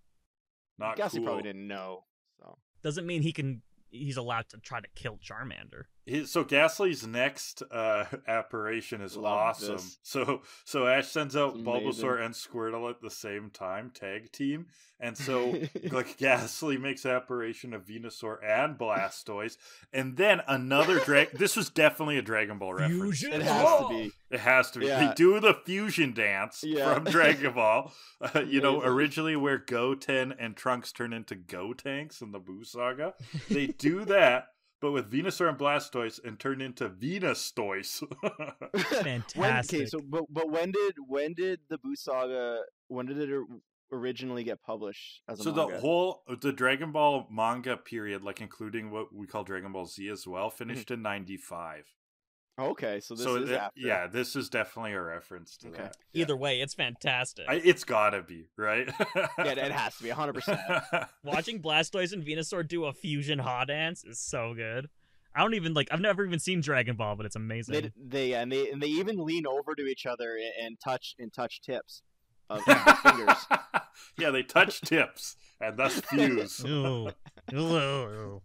Not
Ghastly
cool.
probably didn't know. So
Doesn't mean he can. He's allowed to try to kill Charmander.
[laughs] His- so Ghastly's next uh, [laughs] apparition is
Love
awesome.
this.
So so Ash sends out
It's
Bulbasaur and Squirtle at the same time, tag team, and
[laughs]
so like Ghastly makes apparition of Venusaur and Blastoise, and then another drag. this was definitely a Dragon Ball reference.
Fusion
it has to
Ball!
[laughs]
be.
It has to be.
Yeah.
They do the fusion dance
Yeah.
from Dragon
[laughs]
Ball. Uh, you know,
Amazing.
originally where Goten and Trunks turn into Go Tanks in the Boo Saga. They do that, but with Venusaur and Blastoise and turn into Venustoise.
When, okay,
Fantastic.
so but but when did when did the Boo Saga when did it or- originally get published [laughs] as a
so
manga?
the whole the Dragon Ball manga period, like including what we call Dragon Ball Z as well, finished in '95.
okay, Mm-hmm. so this is
that-
after.
yeah, this is definitely a reference to
Okay.
that. Yeah.
Either way, it's fantastic.
I, it's gotta be right.
yeah,
[laughs]
it has to be 100. percent
Watching Blastoise and Venusaur do a fusion ha dance is so good. I don't even like. I've never even seen Dragon Ball, but it's amazing.
They d- they and they and they even lean over to each other a- and touch and touch tips of
[laughs]
their fingers.
yeah, they touch tips and thus
[laughs]
fuse. [laughs]
Ew. Ew.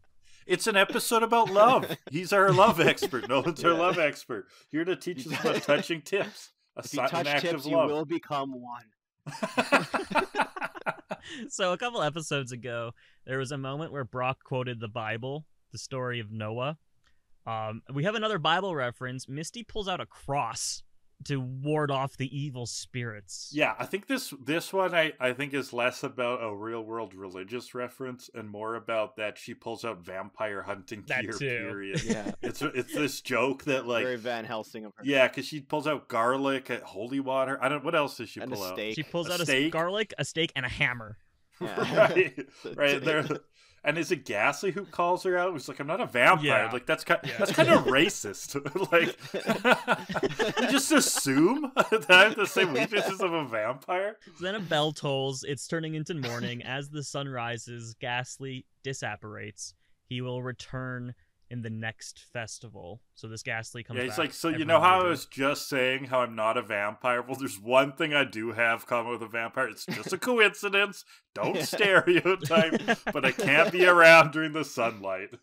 It's an episode about love. He's our love expert. Nolan's our
Yeah.
love expert. Here to teach us about
[laughs]
touching tips. A
If you
silent
touch
act
tips,
of
you
love.
will [laughs] become one.
[laughs] so a couple episodes ago, there was a moment where Brock quoted the Bible, the story of Noah, Um, we have another Bible reference. Misty pulls out a cross to ward off the evil spirits.
[laughs] Yeah, I think this this one I, I think is less about a real world religious reference and more about that she pulls out vampire hunting
That
gear.
too.
Period.
Yeah.
it's it's this joke that like
Very Van Helsing of her.
yeah, because she pulls out garlic, uh, holy water. I don't. What else does she
and a
pull out?
steak.
She pulls
A
out a
steak?
garlic, a steak, and a hammer.
Yeah.
[laughs]
[laughs]
right,
So
right
t-
there. And is it Gasly who calls her out? He's like, "I'm not a vampire."
Yeah.
Like that's kind
Yeah.
that's
[laughs]
kind of racist. [laughs] like,
[laughs]
you just assume [laughs] that I have the same weaknesses of a vampire.
So then a bell tolls. It's turning into morning. As the sun rises, Ghastly disapparates. He will return in the next festival. So this Ghastly comes
yeah,
back
he's like, so you
every
know how I
year.
was just saying how I'm not a vampire? Well, there's one thing I do have common with a vampire. It's
[laughs]
just a coincidence. Don't
Yeah.
stereotype. but I can't be around during the sunlight.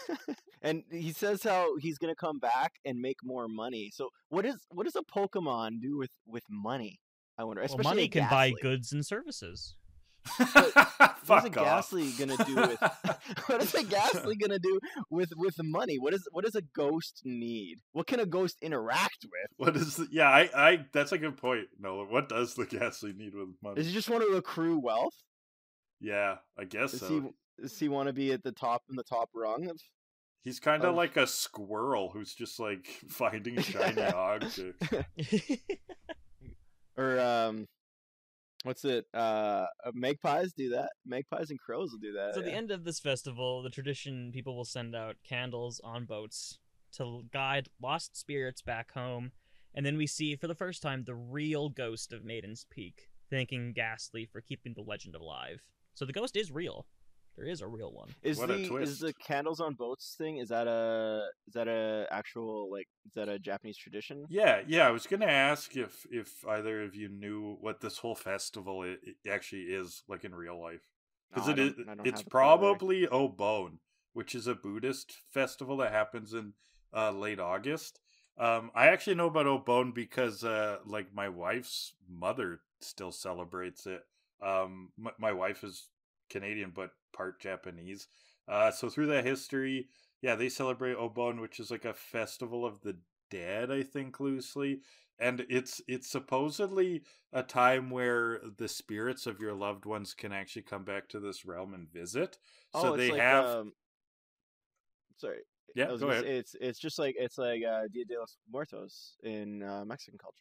[laughs]
[laughs]
and he says how he's gonna come back and make more money. So what is what does a Pokemon do with with money? I wonder.
Well,
Especially
money
a
can buy
Ghastly.
goods and
[laughs]
services.
Fuck
What's a
off.
ghastly gonna do with?
[laughs]
[laughs] what is
[laughs]
a ghastly gonna do with with money? What is what does a ghost need? What can a ghost interact with?
What is? The, yeah, I, I. That's a good point, Nolan. What does the [laughs] ghastly need with money?
Does he just want to accrue wealth?
yeah, I guess
Does
so.
he does he want to be at the top in the top rung of?
He's kind of
of-
like a squirrel who's just like [laughs]
[laughs]
finding shiny objects.
Or um, what's it? Uh, uh, magpies do that. Magpies and crows will do that. eh?
So at the
yeah.
end of this festival, the tradition people will send out candles on boats to guide lost spirits back home, and then we see for the first time the real ghost of Maiden's Peak, thanking Ghastly for keeping the legend alive. So the ghost is real. There is a real one.
Is
What a
the is the
twist.
candles on boats thing? Is that a is that a actual like is that a Japanese tradition?
Yeah, yeah. I was gonna ask if if either of you knew what this whole festival i i actually is like in real life, because
No,
it
I
is
don't- I don't
it's
have the vocabulary.
probably Obon, which is a Buddhist festival that happens in uh, late August. Um, I actually know about Obon because uh, like my wife's mother still celebrates it. Um, my, my wife is Canadian but part Japanese, uh, so through that history, yeah, they celebrate Obon, which is like a festival of the dead, I think loosely. And it's it's supposedly a time where the spirits of your loved ones can actually come back to this realm and visit. So
it's
they
like,
have
Um, sorry, I
yeah,
was
go
gonna
ahead.
say, it's it's just like it's like uh, Dia de los Muertos in uh, Mexican culture.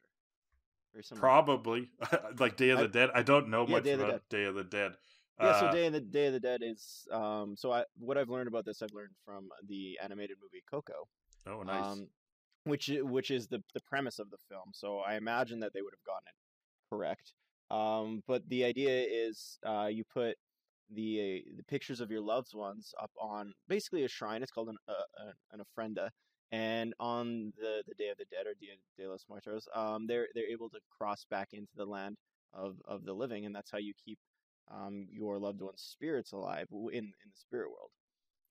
Very similar.
Probably [laughs] like Day of
I-
the Dead. I don't know
Yeah,
much
Day of the
about Day of the Dead.
Yeah, so
Uh,
Day of the Day of the Dead is um so I what I've learned about this I've learned from the animated movie Coco.
oh, nice.
Um which i- which is the the premise of the film. So I imagine that they would have gotten it correct. Um but the idea is uh you put the the pictures of your loved ones up on basically a shrine. It's called an uh, uh, an ofrenda. And on the, the Day of the Dead or Dia de los Muertos, um, they're they're able to cross back into the land of, of the living, and that's how you keep um, your loved one's spirits alive w- in in the spirit world.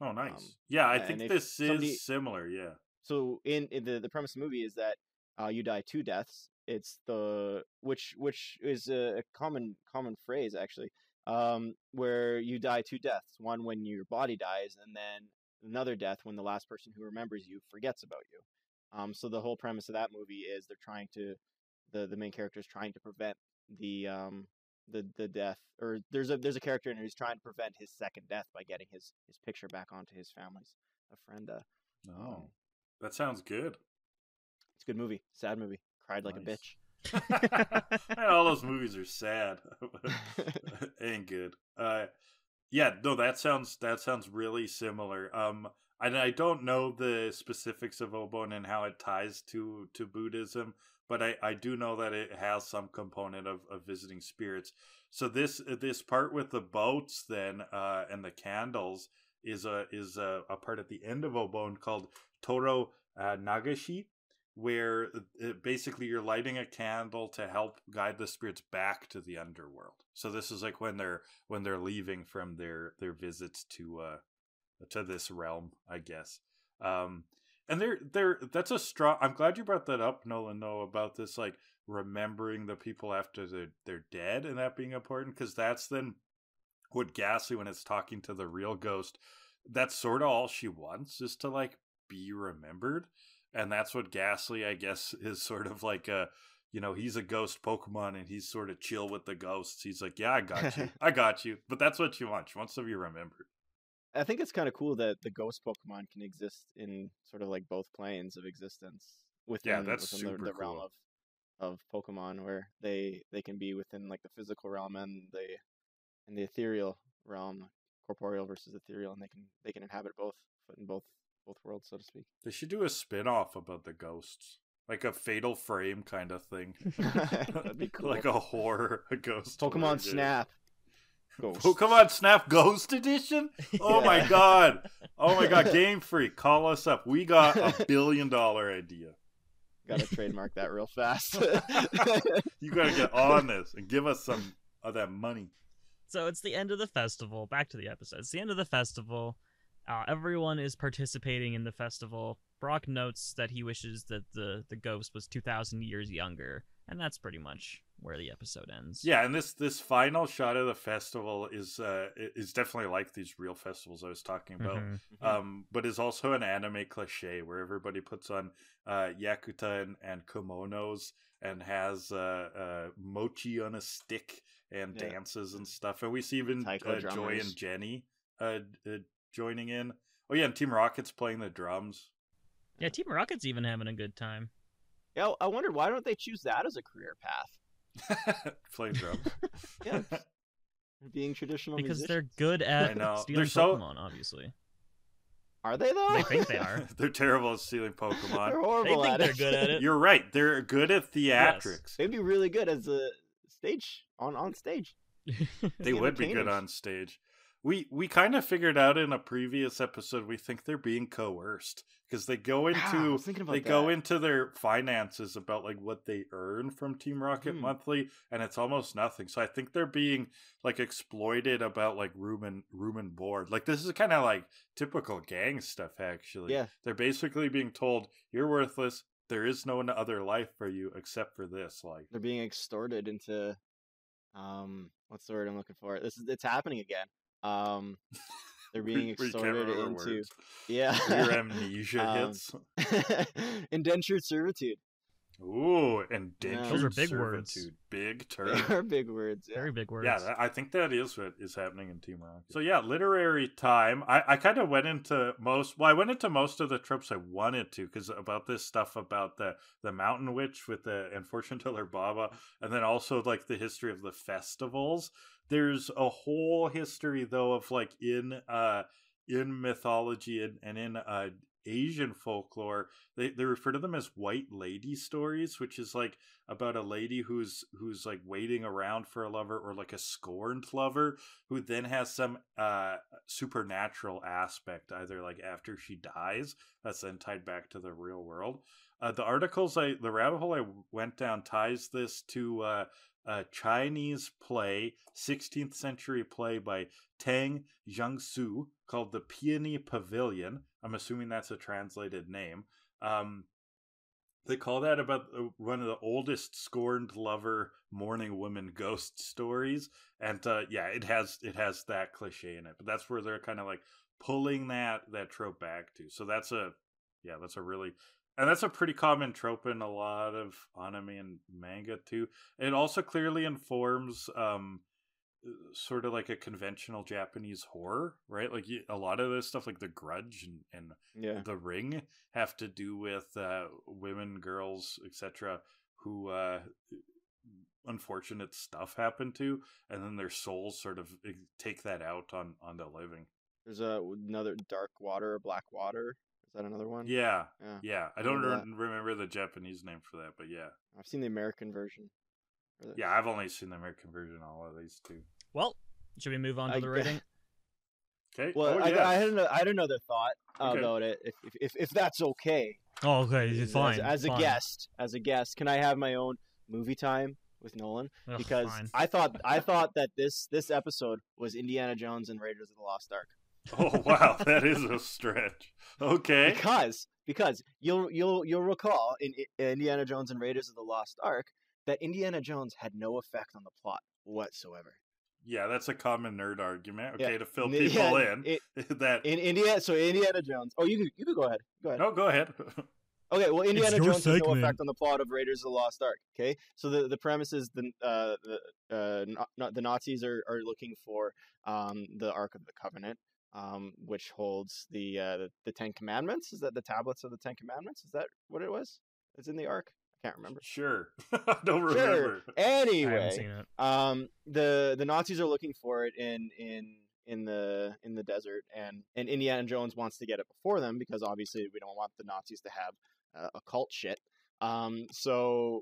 oh, nice.
um,
yeah, I
yeah,
think
and if
this
somebody-
is similar. Yeah,
So in, in the the premise of the movie is that uh, you die two deaths. It's the which which is a, a common common phrase actually, um, where you die two deaths. One when your body dies, and then another death when the last person who remembers you forgets about you. Um, so the whole premise of that movie is they're trying to the the main character is trying to prevent the um the the death or there's a there's a character in it who's trying to prevent his second death by getting his his picture back onto his family's uh, ofrenda. um,
oh, that sounds
[laughs]
good. [laughs]
It's a good movie. Sad movie. Cried like
Nice.
a
[laughs] And all those movies are sad [laughs] and good. Uh, yeah, no, that sounds that sounds really similar. Um, and I don't know the specifics of Obon and how it ties to to Buddhism, but I I do know that it has some component of of visiting spirits. So this this part with the boats then uh, and the candles is a is a, a part at the end of Obon called Toro uh, Nagashi where uh basically you're lighting a candle to help guide the spirits back to the underworld. So this is like when they're when they're leaving from their their visits to uh to this realm, I guess. Um and they're they're that's a strong I'm glad you brought that up, Nolan though, about this like remembering the people after they're they're dead and that being important, because that's then what Ghastly when it's talking to the real ghost, that's sort of all she wants is to like be remembered. And that's what Ghastly, I guess, [laughs] is sort of like a, you know, he's a ghost Pokemon and he's sort of chill with the ghosts. He's like, yeah, I got you. I got you. But that's what you want. You want to be remembered.
[laughs] I think it's kind of cool that the ghost Pokemon can exist in sort of like both planes of existence within,
that's
within
super
the, the realm
cool.
of of Pokemon, where they they can be within like the physical realm and the and the ethereal realm, corporeal versus ethereal, and they can they can inhabit both, foot in both both worlds, so to speak.
They should do a spin off about the ghosts, like a fatal frame kind of thing.
[laughs] That'd be
[laughs]
cool.
Like a horror, a ghost. horror,
Pokemon
dude. [laughs]
Snap. Ghosts.
Pokemon Snap Ghost
[laughs]
Edition? Oh my
Yeah.
god. Oh my
[laughs]
god. Game Freak, call us up. We got a billion dollar idea.
Gotta trademark that real fast.
[laughs] You gotta get
[laughs]
on this and give us some of that money.
So it's the end of the festival. Back to the episode. It's the end of the festival. Uh, everyone is participating in the festival. Brock notes that he wishes that the, the ghost was 2,000 years younger. And that's pretty much where the episode ends.
Yeah, and this this final shot of the festival is uh i- is definitely like these real festivals I was talking about.
Mhm.
Um, but is also an anime cliche where everybody puts on uh yakuta and, and kimonos and has uh, uh mochi on a stick and
Yeah.
dances and stuff. And we see even
Taiko
uh, Joy
drummers.
and Jenny uh, uh joining in. Oh yeah, and Team Rocket's playing the drums. [laughs]
Yeah, Team Rocket's even having a good time.
yeah, I wondered why don't they choose that as a career path?
playing drums.
[laughs] Yeah. Being traditional
Because
musicians.
they're good
I
at
know.
stealing
They're so-
Pokemon, obviously.
Are they though? [laughs]
They think they are.
[laughs] they're terrible at stealing
they're
Pokemon.
they
horrible
think
at
they're
it.
good at it.
You're right. They're good at theatrics.
[laughs] They'd be really good as a stage on on stage.
They would be good
entertainers.
on stage. We we kind of figured out in a previous episode we think they're being coerced because they go into
Ah, I was thinking about
they go
that.
into their finances about like what they earn from Team Rocket
Hmm.
monthly, and it's almost nothing. So I think they're being like exploited about like room and room and board. Like this is kind of like typical gang stuff. Actually,
Yeah.
they're basically being told you're worthless. There is no other life for you except for this life.
They're being extorted into um what's the word I'm looking for? This is it's happening again. Um they're
We-
being
we can't
extorted
remember
into
words.
yeah.
Your
[laughs]
amnesia
Um,
hits.
[laughs] indentured servitude. [laughs]
Ooh, indentured
Those
are big words.
servitude. Big
They
term.
are big words.
[laughs]
Yeah.
Very big words.
Yeah, that, I think that is what is happening in Team Rocket. So yeah, literary time. I, I kind of went into most. Well, I went into most of the tropes I wanted to because about this stuff about the the mountain witch with the and fortune teller Baba, and then also like the history of the festivals. There's a whole history though of like in uh in mythology and, and in uh Asian folklore, they, they refer to them as white lady stories, which is like about a lady who's who's like waiting around for a lover or like a scorned lover who then has some uh supernatural aspect either like after she dies that's then tied back to the real world uh the articles i the rabbit hole i went down ties this to uh a Chinese play, 16th century play by Tang Jiangsu called The Peony Pavilion. I'm assuming that's a translated name. Um, they call that about uh, one of the oldest scorned lover mourning woman ghost stories and uh yeah it has it has that cliche in it but that's where they're kind of like pulling that that trope back to so that's a yeah that's a really and that's a pretty common trope in a lot of anime and manga too it also clearly informs um sort of like a conventional japanese horror right like you- a lot of this stuff like the grudge and, and
Yeah.
the ring have to do with uh, women girls etc who uh, unfortunate stuff happened to and then their souls sort of eh, take that out on on the living
There's a, another dark water or black water. Is that another one?
yeah
Yeah.
yeah i don't
Remember
re- remember the japanese name for that but yeah
I've seen the American version. Or the-
yeah i've only seen the american version of all of these two
Well, should we move on to
I
the
gue-
rating?
okay
[laughs] Well,
oh,
I, I had
yes.
another, I had another thought
Okay.
about it. If, if if if that's okay,
Oh, okay.
as,
It's fine.
as a
fine.
guest, as a guest, can I have my own movie time with Nolan?
Ugh,
Because
fine.
I thought I thought that this this episode was Indiana Jones and Raiders of the Lost Ark.
[laughs] oh wow that is a stretch
Eh?
okay
Because because you'll you'll you'll recall in, in Indiana Jones and Raiders of the Lost Ark that Indiana Jones had no effect on the plot whatsoever.
Yeah, that's a common nerd argument.
Yeah.
Okay, to fill
Ni-
people
[laughs] yeah,
in
i-
[laughs] that.
in Indiana, so Indiana Jones. Oh, you could, you could go ahead. Go ahead.
no, go ahead. [laughs]
Okay, well, Indiana
your
Jones has no
segment.
effect on the plot of Raiders of the Lost Ark. Okay, so the, the premise is the uh, the uh, Na- Na- the Nazis are, are looking for um, the Ark of the Covenant, um, which holds the, uh, the the Ten Commandments. Is that the tablets of the Ten Commandments? Is that what it was? It's in the Ark. I can't remember.
sure. [laughs] I don't remember.
I haven't
Anyway,
seen it.
um, the the Nazis are looking for it in in in the in the desert, and and Indiana Jones wants to get it before them because obviously we don't want the Nazis to have uh, occult shit. Um, so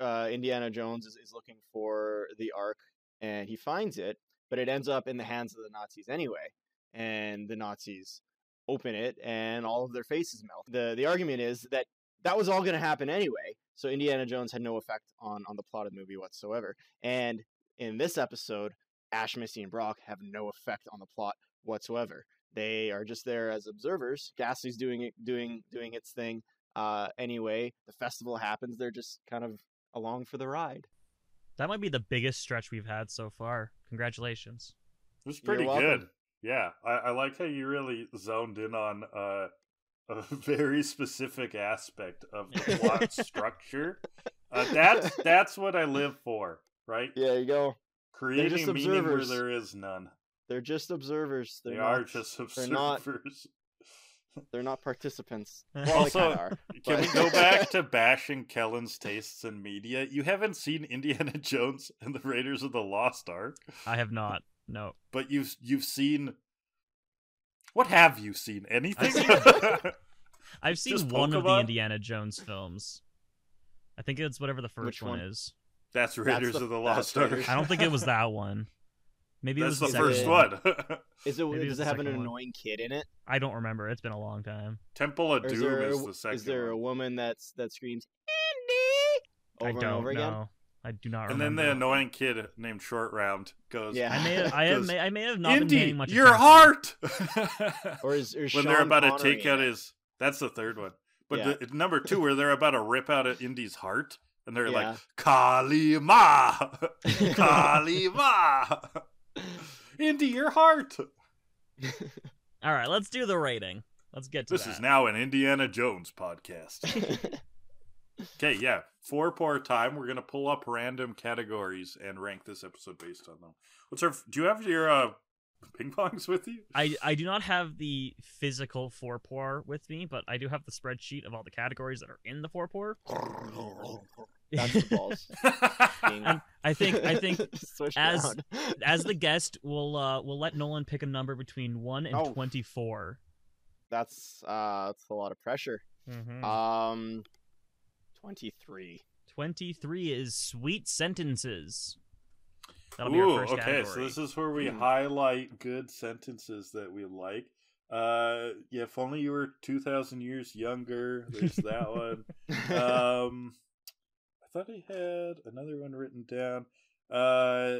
uh, Indiana Jones is, is looking for the Ark, and he finds it, but it ends up in the hands of the Nazis anyway, and the Nazis open it, and all of their faces melt. the The argument is that that was all going to happen anyway, so Indiana Jones had no effect on on the plot of the movie whatsoever. And in this episode, Ash, Misty, and Brock have no effect on the plot whatsoever. They are just there as observers. Ghastly's doing it, doing doing its thing. Uh, anyway, the festival happens. They're just kind of along for the ride.
That might be the biggest stretch we've had so far. Congratulations.
It was
You're
pretty
welcome.
good. Yeah, I, I like how you really zoned in on uh, [laughs] a very specific aspect of the plot structure. Uh,
[laughs]
that's that's what I live for, right?
Yeah, you go.
Creating
just
meaning where
observers.
there is none.
They're just observers. They're
They're
not,
just
they're not-
observers. [laughs]
They're not participants.
Well,
Well, they
also,
kinda are.
Can we
but-
go back to bashing Kellen's tastes in media? You haven't seen Indiana [laughs] Jones and the Raiders of the Lost Ark,
I have not. No.
but you've you've seen. What have you seen? Anything? [laughs]
seen- I've seen
Just
one of the
Pokemon?
Indiana Jones films. I think it's whatever the first
Which
one
one?
is.
That's Raiders
the-
of the
that's
Lost Ark.
Raiders.
I don't think
[laughs]
it was that one. Maybe
That's
it was
the,
second
first
second
one. [laughs]
Is it?
Maybe it was
Does
the
it have an
second one.
annoying kid in it?
I don't remember. It's been a long time.
Temple of
Or is
Doom
there, a
is,
w-
the second
is there a
one.
woman that's that screams Andy over
I don't
and over
know.
again?
I do not
And
remember.
then the annoying kid named Short Round goes,
Yeah.
I may have, I, have,
Goes,
may, I may have not been
Indy,
paying much
your
attention.
heart! [laughs]
Or is, or is
when
Sean
they're about to
Connery
take
in
out
it?
his. That's the third one. But
Yeah.
the, number two, where they're about to rip out at Indy's heart, and they're like,
Yeah.
[laughs] Kalima!
[laughs]
Kalima! [laughs] Indy, your heart!
All right, let's do the rating. Let's get to
This
that.
is now an Indiana Jones
[laughs]
podcast.
[laughs]
[laughs] Okay, yeah. For poor time, we're gonna pull up random categories and rank this episode based on them. What's our? Do you have your uh, ping pongs with you?
I,
[laughs]
I do not have the physical four-pour with me, but I do have the spreadsheet of all the categories that are in the four-pour.
[laughs] That's the balls. being-
And [laughs] I think I
[laughs]
[laughs] think
Switched
as-
around. [laughs]
as the guest, we'll uh, we'll let Nolan pick a number between one and
Oh.
twenty-four.
that's uh that's a lot of pressure.
Mm-hmm. Hmm. Uh,
Um, twenty
[laughs]
three.
Twenty-three is sweet sentences. That'll be
Ooh,
our first
okay.
category.
So this is where we
Hmm.
highlight good sentences that we like. Uh, yeah. If only you were two thousand years younger.
[laughs]
There's that one.
Uh,
Um, I thought I had another one written down. Uh.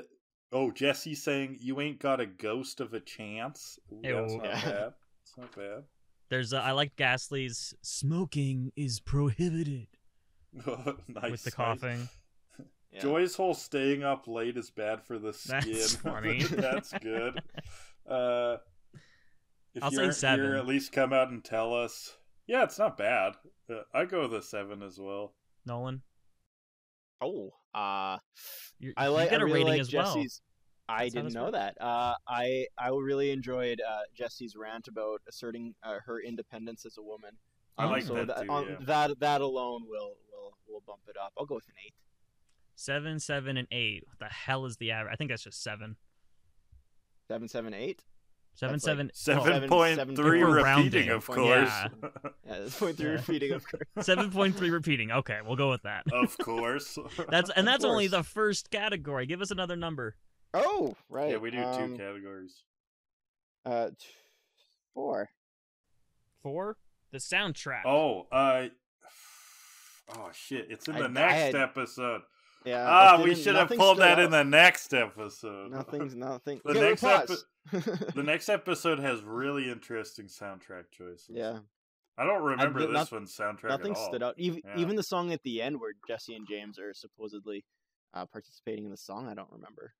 Oh, Jesse saying you ain't got a ghost of a chance. Ooh, that's
Ew.
not
Yeah.
bad. It's not bad. [laughs]
There's uh, I like Gasly's smoking is prohibited
nice.
with the
nice.
coughing.
Joy's whole staying up late is bad for the skin. [laughs]
That's funny.
That's good. Uh, if
I'll say
you're,
seven.
You're at least come out and tell us. Yeah, it's not bad. Uh, I go with a seven as well.
Nolan,
Oh, uh,
you're,
I like.
you get
I
a
really
rating
like
as well.
Jesse's. I
That's how
didn't
this
know
works.
that. Uh, I I really enjoyed uh, Jesse's rant about asserting uh, her independence as a woman. Um,
I like
so
that
that,
too,
on,
yeah.
that that alone will will will bump it up. I'll go with an eight.
Seven, seven, and eight. What the hell is the average? I think that's just seven.
Seven, seven, eight.
Seven,
That's like
seven, oh,
Well,
Seven
seven-
point
seven
three
people rounding.
repeating, of
Yeah.
course. [laughs]
Yeah, [laughs] that's point three
Yeah.
repeating of course.
[laughs] [laughs] seven point three repeating. Okay, we'll go with that. [laughs]
of course.
That's and
Of
that's only
course.
the first category. Give us another number.
Oh,
[laughs]
right.
yeah, we do two
um,
categories.
Uh, t- four.
Four. The soundtrack.
Oh, uh, [sighs] oh shit! It's in
I-
the
I
next
had-
episode.
Yeah.
ah,
it
we
didn't-
should have
nothing
pulled
stood
that in
out.
the next episode.
Nothing's nothing.
[laughs] The
yeah,
next
pause.
The next episode has really interesting soundtrack choices.
[laughs] yeah,
I don't remember
did
this
not-
one's soundtrack
nothing
at all.
stood out. Even
Yeah.
even the song at the end where Jesse and James are supposedly uh, participating in the song, I don't remember.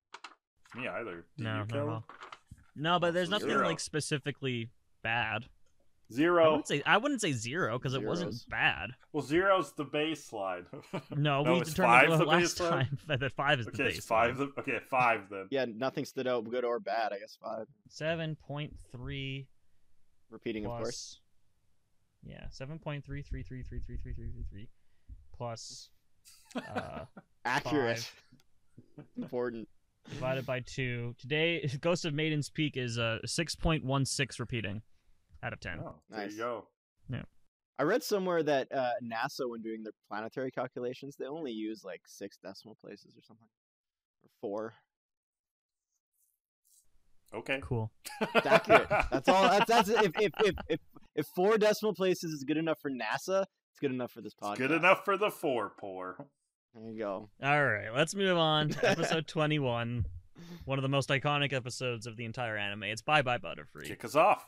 me either. Do
No,
you,
not at
Kellen?
all. No, but there's
Also
nothing
zero.
like specifically bad. I
Zero.
wouldn't say I wouldn't say zero because it
Zeros.
wasn't bad.
Well, zero's the baseline. [laughs]
No,
No,
we
it's
determined
five
lo-
the
last
baseline?
time [laughs] that five is the
okay, it's
base.
five. The, okay, five then.
Yeah, nothing stood out, good or bad. I guess five.
Seven point three
Repeating, of course.
plus. Yeah, seven point three three three three three three three three three plus uh,
Accurate. [laughs] Important.
divided by two. Today, Ghost of Maiden's Peak is uh, six point one six repeating out of ten.
Oh, there
Nice.
you go.
I read somewhere that uh, NASA, when doing their planetary calculations, they only use like six decimal places or something, or four.
Okay.
Cool.
[laughs]
It's accurate. that's all. That's that's if if, if if if four decimal places is good enough for NASA, it's good enough for this podcast.
It's good enough for the four poor.
There you go.
All right, let's move on to episode twenty one. One of the most iconic episodes of the entire anime. It's Bye Bye Butterfree.
Kick us off.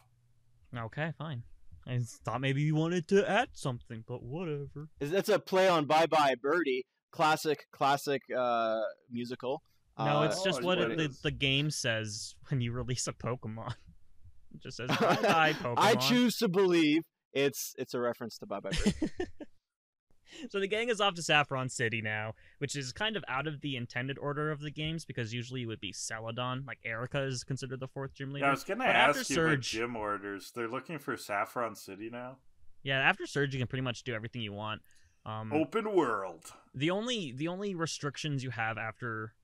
Okay, fine. I thought maybe you wanted to add something, but whatever.
Is- That's a play on Bye Bye Birdie, classic classic uh, musical.
No,
Uh,
it's just
Oh,
what
what
it,
it
the,
is.
the game says when you release a Pokemon. It just
[laughs]
says bye bye Pokemon.
I choose to believe it's it's a reference to Bye Bye Birdie.
So the gang is off to Saffron City now, which is kind of out of the intended order of the games because usually it would be Celadon. Like Erica is considered the fourth gym leader.
Yeah, I was gonna
But after
ask you about
Surge-
gym orders. They're looking for Saffron City now.
Yeah, after Surge you can pretty much do everything you want.
Hmm.
Um,
Open world.
the only the only restrictions you have after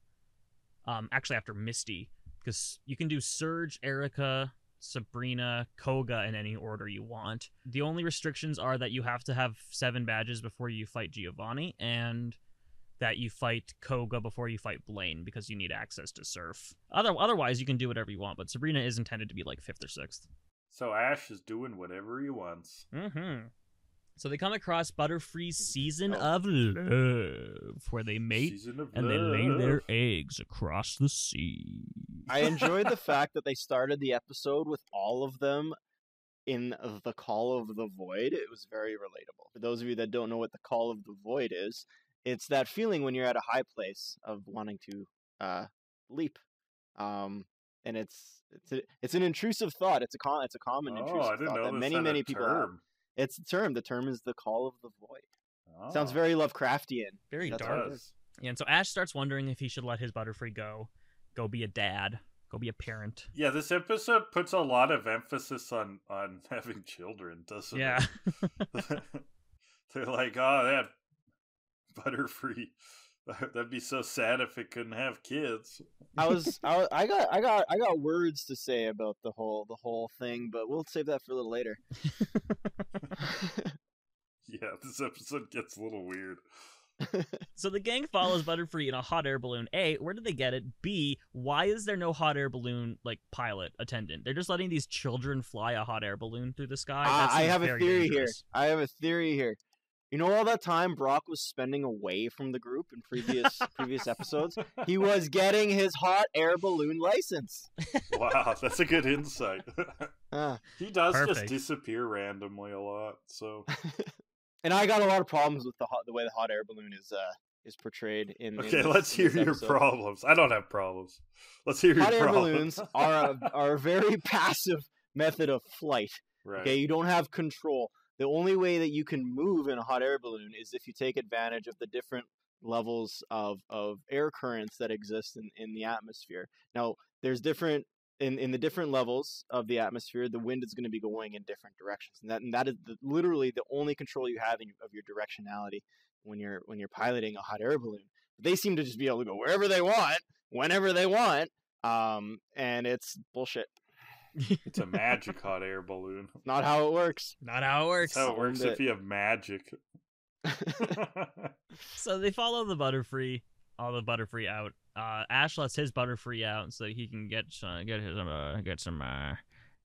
um actually after misty because you can do surge erica sabrina koga in any order you want the only restrictions are that you have to have seven badges before you fight giovanni and that you fight koga before you fight blaine because you need access to surf Other- otherwise you can do whatever you want but sabrina is intended to be like fifth or sixth
So Ash is doing whatever he wants.
Mm-hmm. So they come across Butterfree's Season
Oh.
of Love, where they mate
Season of
and they lay their
love.
eggs across the sea.
[laughs]
I enjoyed the fact that they started the episode with all of them in the call of the void. It was very relatable. For those of you that don't know what the call of the void is, it's that feeling when you're at a high place of wanting to uh, leap. Um, and it's it's a, it's an intrusive thought. It's a con- it's a common
Oh,
intrusive
I didn't
thought
know
that
this
many
had a
many people have.
term.
It's a term. The term is the call of the void. Sounds
Oh,
very Lovecraftian.
Very
it
That's
dark.
what it
does.
is.
Yeah, and so Ash starts wondering if he should let his Butterfree go, go be a dad, go be a parent.
Yeah, this episode puts a lot of emphasis on on [laughs] having children, doesn't
yeah.
it? [laughs] They're like, oh, that Butterfree, [laughs] that'd be so sad if it couldn't have kids. [laughs]
I was, I was, I got, I got, I got words to say about the whole, the whole thing, but we'll save that for a
[laughs]
little later.
Yeah, this episode gets a little weird.
[laughs] so the gang follows Butterfree in a hot air balloon. A, where did they get it? B, why is there no hot air balloon like pilot attendant? They're just letting these children fly a hot air balloon through the sky.
Ah,
That
I
seems
have a
very
theory
dangerous.
here. I have a theory here. You know, all that time Brock was spending away from the group in previous previous episodes, he was getting his hot air balloon license.
wow, that's a good insight. [laughs]
Ah.
he does
Perfect.
just disappear randomly a lot. So
And I got a lot of problems with the hot, the way the hot air balloon is uh is portrayed [laughs] in. in
okay,
this-
let's
in
hear
this
your
episode.
problems. I don't have problems. Let's hear your
Hot air
problems. [laughs]
balloons are a, are a very [laughs] passive method of flight.
right.
Okay, you don't have control. The only way that you can move in a hot air balloon is if you take advantage of the different levels of, of air currents that exist in, in the atmosphere. Now, there's different in, in the different levels of the atmosphere, the wind is going to be going in different directions, and that and that is the, literally the only control you have in, of your directionality when you're when you're piloting a hot air balloon. They seem to just be able to go wherever they want, whenever they want, um, and it's bullshit.
It's a magic hot air balloon.
Not how it works.
[laughs] Not how it works.
That's how it works
Owned
if you have
[laughs]
magic. Oh,
So they follow the Butterfree, all the Butterfree out. Uh, Ash lets his Butterfree out so that he can get uh, get his uh, get some uh,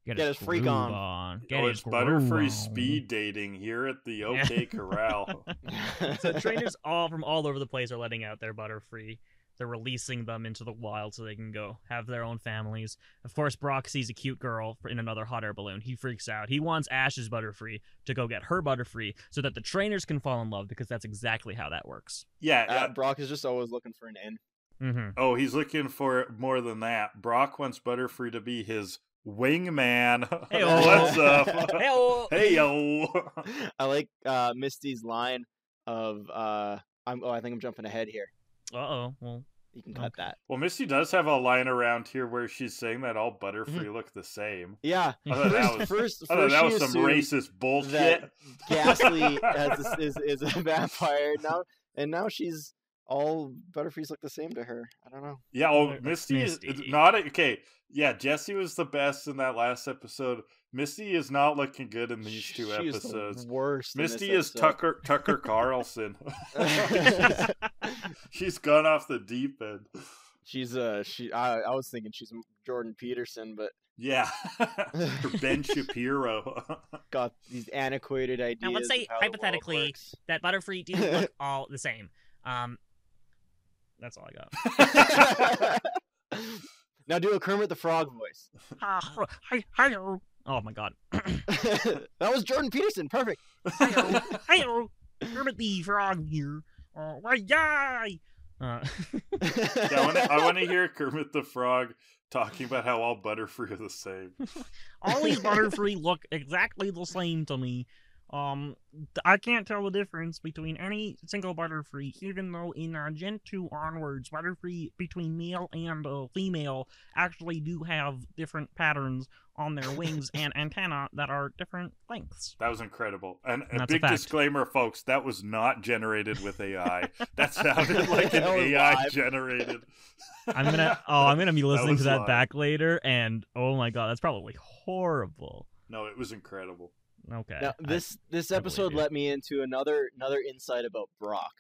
get,
Get his freak
groove
on.
Get
oh,
his
it's Butterfree
groove
speed dating here at the
Yeah.
OK Corral.
on.
[laughs]
so trainers all from all over the place are letting out their Butterfree. They're releasing them into the wild so they can go have their own families. Of course, Brock sees a cute girl in another hot air balloon. He freaks out. He wants Ash's Butterfree to go get her Butterfree so that the trainers can fall in love because that's exactly how that works.
yeah,
Uh,
yeah.
Brock is just always looking for an in.
Mm-hmm.
Oh, he's looking for more than that. Brock wants Butterfree to be his wingman. [laughs]
Hey-o.
What's
[laughs]
up?
Hey-o.
Hey yo.
[laughs] I like uh, Misty's line of uh, I'm oh I think I'm jumping ahead here.
Uh oh. Well,
You can cut that.
[laughs] Well, Misty does have a line around here where she's saying that all
Mm-hmm.
Butterfree look the same.
Yeah.
I thought that
First,
was,
first,
I thought
first
that
she
was some
assumed
[laughs] racist bullshit.
that Ghastly has
[laughs]
this, is is a [laughs] vampire now, and now she's all Butterfrees look the same to her. I don't know.
Yeah, oh,
Or-
Misty is is
Misty.
not okay. Yeah, Jesse was the best in that last episode. Misty is not looking good in these
Sh-
two
she is the
episodes.
worst. in this
Misty is
episode.
Tucker
[laughs]
Tucker Carlson. [laughs] She's gone off the deep end.
she's uh she. I, I was thinking she's Jordan Peterson, but
Yeah, [laughs] Or Ben Shapiro.
got these antiquated ideas.
let's
of
say
how the world
hypothetically-
works.
[laughs] that Butterfree do look all the same. Um, that's all I got.
[laughs] now do a Kermit the Frog voice. [laughs]
Ah, hi, hi, oh. oh my god.
that was Jordan
[laughs]
Peterson. Perfect.
Hi, oh. hi, oh. Kermit the Frog here. Oh, why, yay! Uh,
[laughs]
[laughs]
Yeah,
[laughs]
I want
oh,
to I wanna hear Kermit the Frog talking about how all Butterfree are the same.
all these Butterfree look exactly the same to me. Um, I can't tell the difference between any single Butterfree, even though in uh, Gen 2 onwards, Butterfree between male and uh, female actually do have different patterns on their wings and antenna that are different lengths.
That was incredible. And a
That's a
big
fact.
disclaimer, folks, that was not generated with AI.
[laughs]
that sounded like an
That was
AI
live.
generated.
I'm
[laughs]
gonna, oh, I'm gonna be listening
was
to that
live.
back later, and oh my god, that's probably horrible.
No, it was incredible.
Okay.
Now
I-
this this
I believe
episode
you.
let me into another another insight about Brock.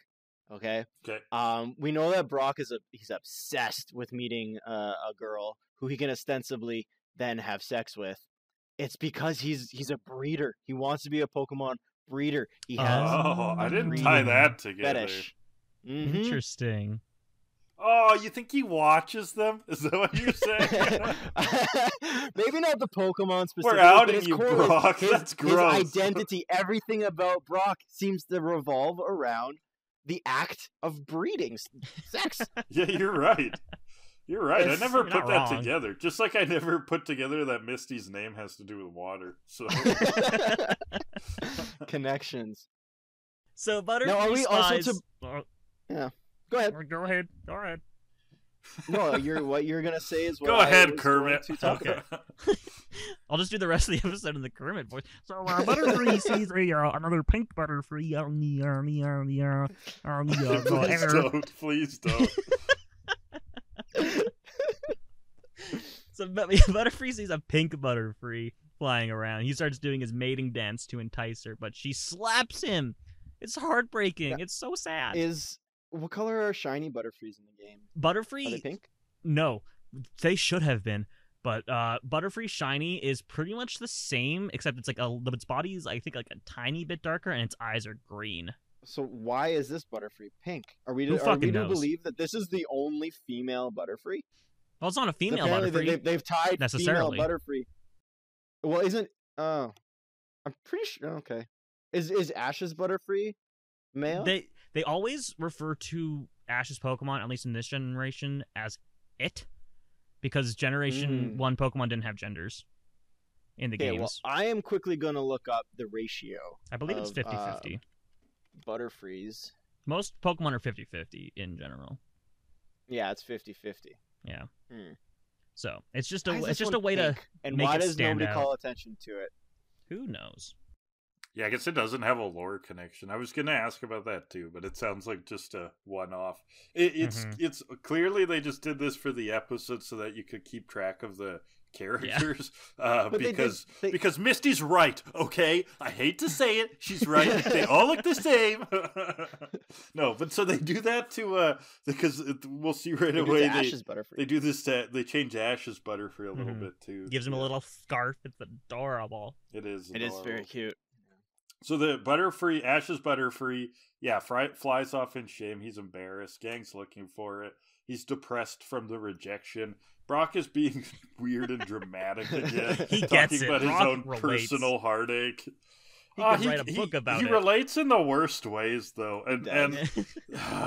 Okay.
Okay.
Um, we know that Brock is a he's obsessed with meeting uh, a girl who he can ostensibly then have sex with. It's because he's he's a breeder. He wants to be a Pokemon breeder. He has
Oh,
Oh, I didn't tie that together.
fetish. Mhm.
interesting.
Oh, you think he watches them? Is that what you're
[laughs]
saying?
Maybe not the Pokemon specifically.
[laughs] We're
but
outing
his
you,
core is-
Brock.
His,
That's
his
gross.
identity, everything about Brock seems to revolve around the act of breeding s-
[laughs]
sex. [laughs]
yeah, you're right. You're right. I
That's-
never
you're not
put that
wrong.
together. Just like I never put together that Misty's name has to do with water. [laughs] So
Connections.
So Butterfree
are we also
spies... Oh,
to- Go ahead.
go ahead. Go ahead.
No, you're what you're gonna say is
[laughs]
what
go
I
ahead,
was going
Kermit.
to talk
Okay. I'll just do the rest of the [laughs] episode in the Kermit voice. So
[laughs]
uh, Butterfree sees a, uh, another pink Butterfree on the uh, on the uh, on the uh,
[laughs]
on the uh, the
[laughs] please
air.
don't. Please don't.
So but- [laughs] Butterfree sees a pink Butterfree flying around. He starts doing his mating dance to entice her, but she slaps him. It's heartbreaking. It's so sad.
Is what color are shiny butterfrees in the game? Are they
Butterfree
pink?
No, they should have been. But uh, Butterfree Shiny is pretty much the same, except it's like a its body is I think like a tiny bit darker, and its eyes are green.
So why is this butterfree pink? Are we
Who
to, are we
fucking
to
knows?
believe that this is the only female butterfree?
Well, it's not a female
Apparently
Butterfree.
They, have they've tied
necessarily.
female Butterfree. Well, isn't oh, I'm pretty sure. Okay, is is Ash's Butterfree male?
They they always refer to Ash's Pokemon, at least in this generation, as it, because Generation
Mm.
One Pokemon didn't have genders in the
okay,
games.
well, I am quickly gonna look up the ratio
I believe it's
of, uh,
50-50.
Butterfrees.
Most Pokemon are 50-50 in general.
Yeah, it's 50-50.
Yeah.
Hmm.
So it's just
Why is
a it's
this
just a
one
way to
pink? And
make
why
it
does
stand
nobody
out.
call attention to it?
who knows.
Yeah, I guess it doesn't have a lore connection. I was going to ask about that too, but it sounds like just a one-off. It, it's
Mhm.
it's clearly they just did this for the episode so that you could keep track of the characters [laughs] uh,
But they did-
because
they-
because Misty's right. Okay, I hate to say it, she's
[laughs]
right. they all look the same. [laughs] no, but so they do that to uh because it, we'll see right
they do
away
the
they
Ash's Butterfree.
they do this to they change Ash's butter for a little
Mhm.
bit too.
Gives him a
Yeah,
little scarf. It's adorable.
[laughs] It is.
it is very
adorable.
cute.
So the Butterfree, Ash's Butterfree, yeah, fry, flies off in shame. He's embarrassed. Gang's looking for it. He's depressed from the rejection. Brock is being [laughs] weird and dramatic again.
He
talking
[laughs] gets it.
about
Brock
his own
relates.
personal heartache. Ah, He
could write a book about
he
it. [laughs]
relates in the worst ways, though, and
Yeah.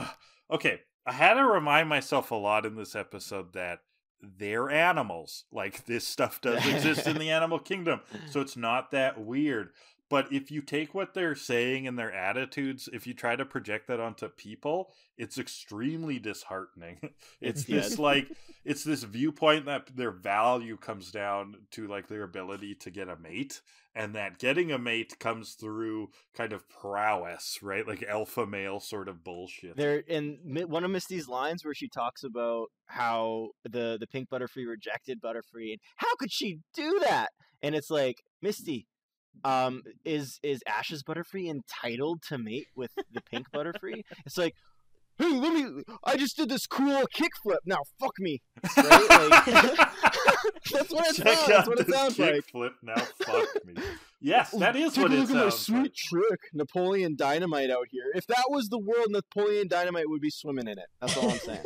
and [sighs] okay. I had to remind myself a lot in this episode that they're animals. Like this
[laughs]
stuff does exist in the animal kingdom. So it's not that weird. But if you take what they're saying and their attitudes, if you try to project that onto people, it's extremely disheartening. [laughs] It's
Yes.
this like it's this viewpoint that their value comes down to like their ability to get a mate and that getting a mate comes through kind of prowess, right? Like alpha male sort of bullshit.
There in Mi- one of Misty's lines where she talks about how the the pink butterfree rejected Butterfree and how could she do that? And it's like Misty, um, is is Ash's Butterfree entitled to mate with the pink butterfree? It's like, hey, let me. I just did this cool kickflip. Now fuck me.
[laughs]
Right? Like, [laughs] that's what it
Check
sounds.
out
That's what it
this
sounds like.
kickflip
[laughs]
now. Fuck me. Yes, that is
Take
what
a
it
look at my
sounds
sweet
like.
trick, Napoleon Dynamite out here. If that was the world, Napoleon Dynamite would be swimming in it. That's all I'm saying.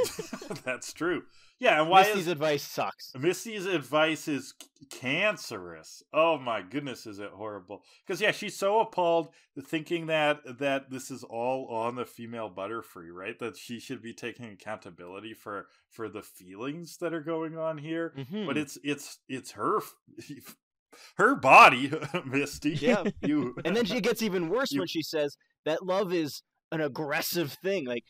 That's true. Yeah, and [laughs] why
Misty's
is
advice sucks.
Misty's advice is c- cancerous? Oh my goodness, is it horrible? Because yeah, she's so appalled thinking that that this is all on the female butterfree, right? That she should be taking accountability for for the feelings that are going on here. But
Hmm.
it's it's it's her f- [laughs] her body, [laughs] Misty.
Yeah.
[laughs] you
and then she gets even worse
You-
when she says that love is an aggressive thing. Like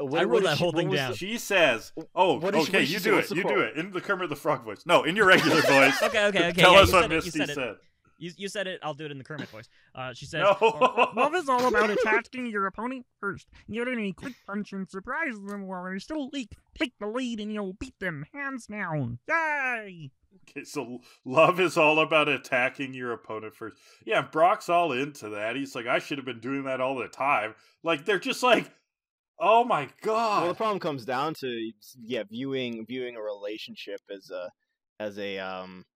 uh, what,
I
what
wrote
did
that
she-
whole
what
thing
was
down.
She says, "Oh,
What is she-
okay,
what is she
you do
supposed
it.
to
You
quote?
do it in the Kermit the Frog voice. No, in your
[laughs]
regular voice.
Okay, okay, okay.
[laughs] Tell
yeah,
us
you
what
said it, you
Misty
said. It.
said.
You, you said it. I'll do it in the Kermit voice. Uh, she says,
No,
"Oh, Love is all
[laughs]
about attacking your opponent first, getting a quick punch and surprise them while they're still weak. Take the lead and you'll beat them hands down. Yay!
[laughs] okay, so love is all about attacking your opponent first. Yeah, Brock's all into that. He's like, I should have been doing that all the time. Like they're just like, oh my god.
Well, the problem comes down to yeah, viewing viewing a relationship as a as a um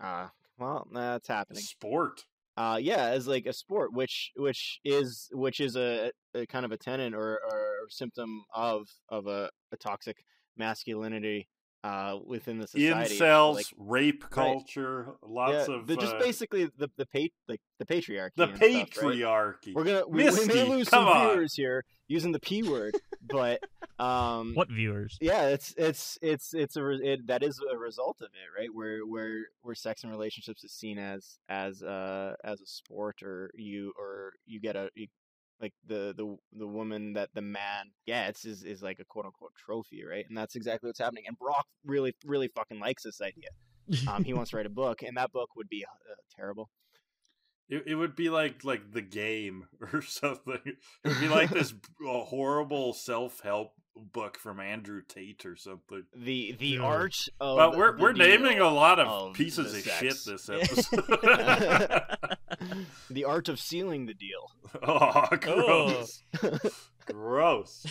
uh well nah, it's happening.
Sport.
Uh yeah, as like a sport, which which is which is a, a kind of a tenant or, or symptom of of a, a toxic masculinity uh within the society.
Incels,
Like,
rape culture, lots
yeah,
of
the, just
uh,
basically the the pa- like the patriarchy.
the
and stuff, right?
patriarchy.
We're gonna we, we
Misty,
may lose
come
some
on.
viewers here using the p word, but
[laughs]
um,
What viewers?
yeah, it's it's it's it's a re- it, that is a result of it, right? Where where where sex and relationships is seen as as uh as a sport, or you or you get a you, like the the the woman that the man gets is is like a quote unquote trophy, right? And that's exactly what's happening. And Brock really really fucking likes this idea. Um, he wants to write a book, and that book would be uh, terrible.
It, it would be like like the game [laughs] or something. It would be
[laughs]
like this uh, horrible self help book from Andrew Tate or something.
The the
Yeah.
art of
But we're
Oh, the
we're
deal.
naming a lot of
of
pieces
the
of shit
sex.
this episode.
[laughs]
[laughs]
the art of sealing the deal. [laughs]
oh, gross! gross.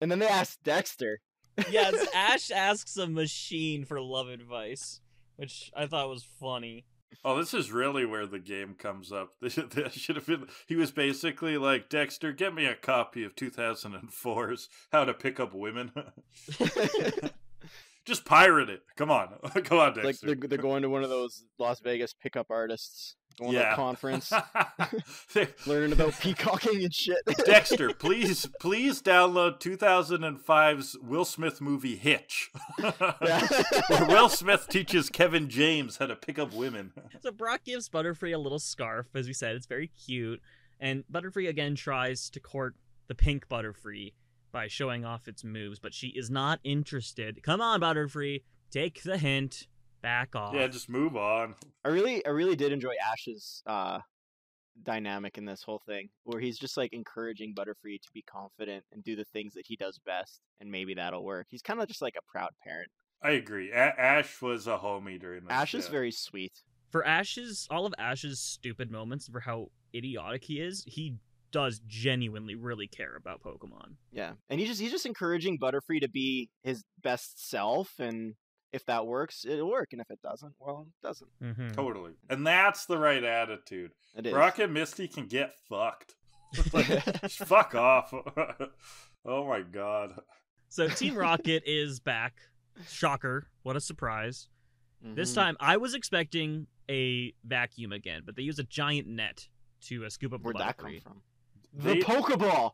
And then they
[laughs]
asked Dexter. [laughs]
yes, Ash asks a machine for love advice, which I thought was funny.
Oh, this is really where the game comes up. [laughs] This this should have been. He was basically like Dexter. Get me a copy of 2004's How to Pick Up Women. [laughs] Just pirate it. Come on, [laughs] come on, Dexter.
like they're, they're going to one of those Las Vegas pickup artists, going to
Yeah. [laughs]
a conference, [laughs]
They-
learning about peacocking
[laughs]
and shit.
Dexter, please, please download 2005's Will Smith movie Hitch,
[laughs]
[laughs]
Yeah.
where [laughs] Will Smith teaches Kevin James how to pick up women.
So Brock gives Butterfree a little scarf, as we said. It's very cute. And Butterfree again tries to court the pink Butterfree by showing off its moves, but she is not interested. Come on, Butterfree, take the hint, back off.
Yeah, just move on.
I really, I really did enjoy Ash's uh, dynamic in this whole thing, where he's just like encouraging Butterfree to be confident and do the things that he does best, and maybe that'll work. He's kind of just like a proud parent.
I agree. A- Ash was a homie during this.
Ash is
Oh, yeah.
very sweet.
For Ash's all of Ash's stupid moments for how idiotic he is, he does genuinely really care about Pokemon.
Yeah, and he's just he's just encouraging Butterfree to be his best self, and if that works, it'll work, and if it doesn't, well, it doesn't.
Mm-hmm.
totally, and that's the right attitude.
It is. [laughs]
Brock and Misty can get fucked. Just fuck off. [laughs] oh my god.
So Team Rocket is back. Shocker. What a surprise. This
Mhm.
Mm-hmm.
time, I was expecting a vacuum again, but they use a giant net to uh, scoop up the
where'd that come
butterfree.
from?
They- [laughs]
The Pokeball.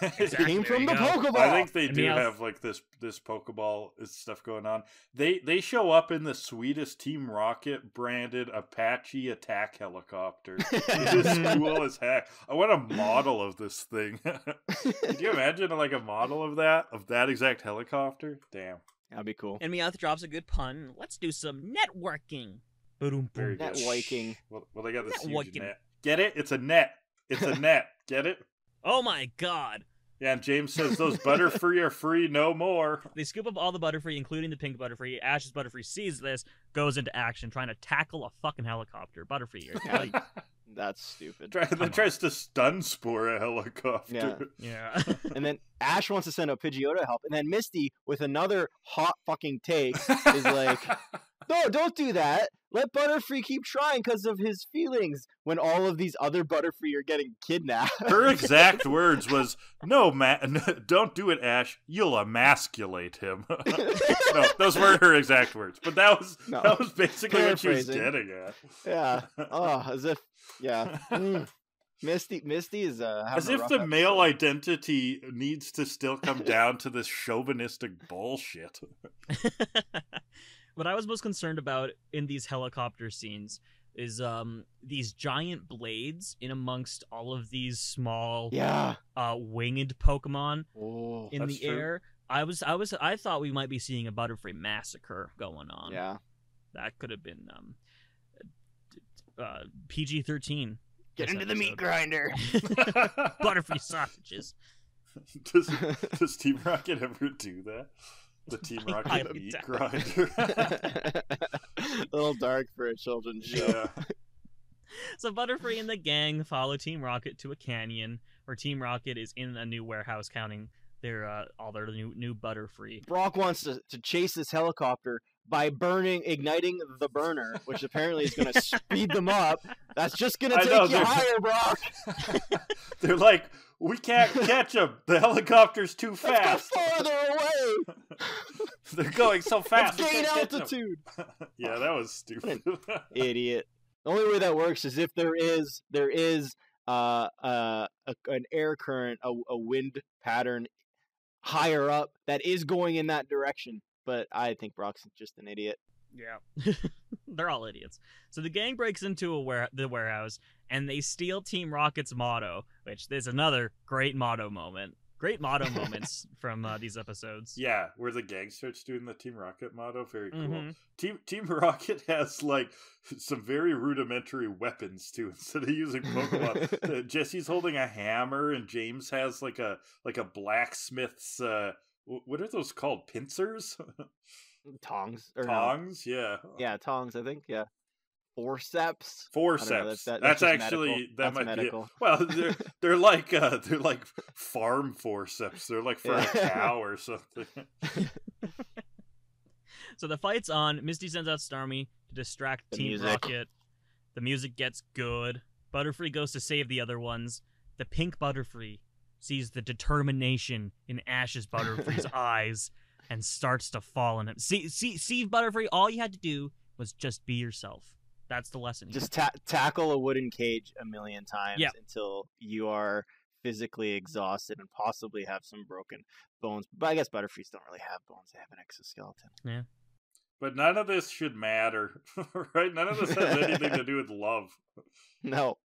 Exactly,
Came
there
from
you
the
go.
Pokeball.
I think they
And
do
Meowth.
have like this this Pokeball stuff going on. They they show up in the sweetest Team Rocket branded Apache attack
[laughs]
helicopter. it is cool as heck. I want a model of this thing. [laughs] Could you imagine like a model of that of that exact helicopter? Damn.
That'd
[laughs]
be cool.
And Meowth drops a good pun. Let's do some networking. Boom,
Very
boom.
good.
Networking.
Well, well they
[laughs]
got this huge
Networking.
net. Get it? It's a net. It's a net. Get it?
Oh my god.
Yeah, and James says those Butterfree are free no more.
They scoop up all the Butterfree, including the pink Butterfree. Ash's Butterfree sees this, goes into action, trying to tackle a fucking helicopter. Butterfree, you're
Yeah.
like,
That's
[laughs]
stupid.
Try, that
on.
tries to stun spore a helicopter.
Yeah.
yeah. [laughs]
And then Ash wants to send a Pidgeotto to help, and then Misty with another hot fucking
[laughs]
take is like, "No, don't do that. Let Butterfree keep trying because of his feelings when all of these other Butterfree are getting
[laughs]
kidnapped."
her exact words was, "No, ma- don't do it, Ash. You'll emasculate him." [laughs] no, those weren't her exact words, but that was
No.
that was basically what she was
Paraphrasing.
getting at.
[laughs] yeah. Oh, as if.
[laughs]
Yeah. Mm. Misty. Misty is uh. having
As
a
if
rough
the
episode.
male identity needs to still come down to this chauvinistic bullshit.
what I was most concerned about in these helicopter scenes is um these giant blades in amongst all of these small
Yeah.
uh winged Pokemon
Oh.
in
That's
the
true.
air. I was I was I thought we might be seeing a Butterfree massacre going on.
Yeah.
That could have been um uh, PG thirteen.
Get
this
into the meat
episode.
grinder.
[laughs]
[laughs]
Butterfree sausages.
[laughs] does does Team Rocket ever do that? The Team
[laughs] I
Rocket
highly
meat
doubt
[laughs]
grinder. [laughs]
a [laughs] little dark for a children's show.
yeah.
So Butterfree and the gang follow Team Rocket to a canyon, where Team Rocket is in a new warehouse counting their uh, all their new new Butterfree.
Brock wants to, to chase this helicopter by burning, igniting the burner, which apparently is going to speed them up. That's just going to
I
take
know,
you
they're-
higher, Brock.
They're like, we
[laughs]
can't catch them. The helicopter's too
Let's
fast.
go farther away.
[laughs] They're going so
Let's
fast. we
gain
can't catch 'em."
altitude.
yeah, that was stupid.
Idiot. The only way that works is if there is there is uh, uh, a, an air current, a, a wind pattern higher up that is going in that direction. But I think Brock's just an idiot.
Yeah, [laughs] they're all idiots. So the gang breaks into a ware- the warehouse and they steal Team Rocket's motto, which is another great motto moment. Great motto moments from uh, these episodes.
[laughs] yeah, where the gang starts doing the Team Rocket motto. Very cool.
Mhm.
Team Team [laughs] Rocket has like some very rudimentary weapons too. [laughs] Instead of using
[laughs]
Pokemon, Uh, Jesse's holding a hammer, and James has like a like a blacksmith's. Uh, wh- what are those called? Pincers,
Tongs or no,
tongs? Yeah,
Yeah, tongs. I think. Yeah, forceps. I don't know,
forceps.
that- that-
that's
just
actually that
medical. That's
might be.
medical.
It.
[laughs]
Well, they're they're like uh, they're like farm forceps. They're like for a
Yeah.
cow or something. [laughs]
So the fight's on. Misty sends out Starmie to distract
The
Team
music.
Rocket. The music gets good. Butterfree goes to save the other ones. The pink Butterfree sees the determination in Ash's
[laughs]
Butterfree's eyes and starts to fall on him. See, see, see, Butterfree, all you had to do was just be yourself. That's the lesson. here.
Just ta- tackle a wooden cage a million times
Yeah.
until you are physically exhausted and possibly have some broken bones. But I guess butterflies don't really have bones; they have an exoskeleton. [laughs]
But none of this should matter, [laughs] right? None of this has anything to do with love.
No.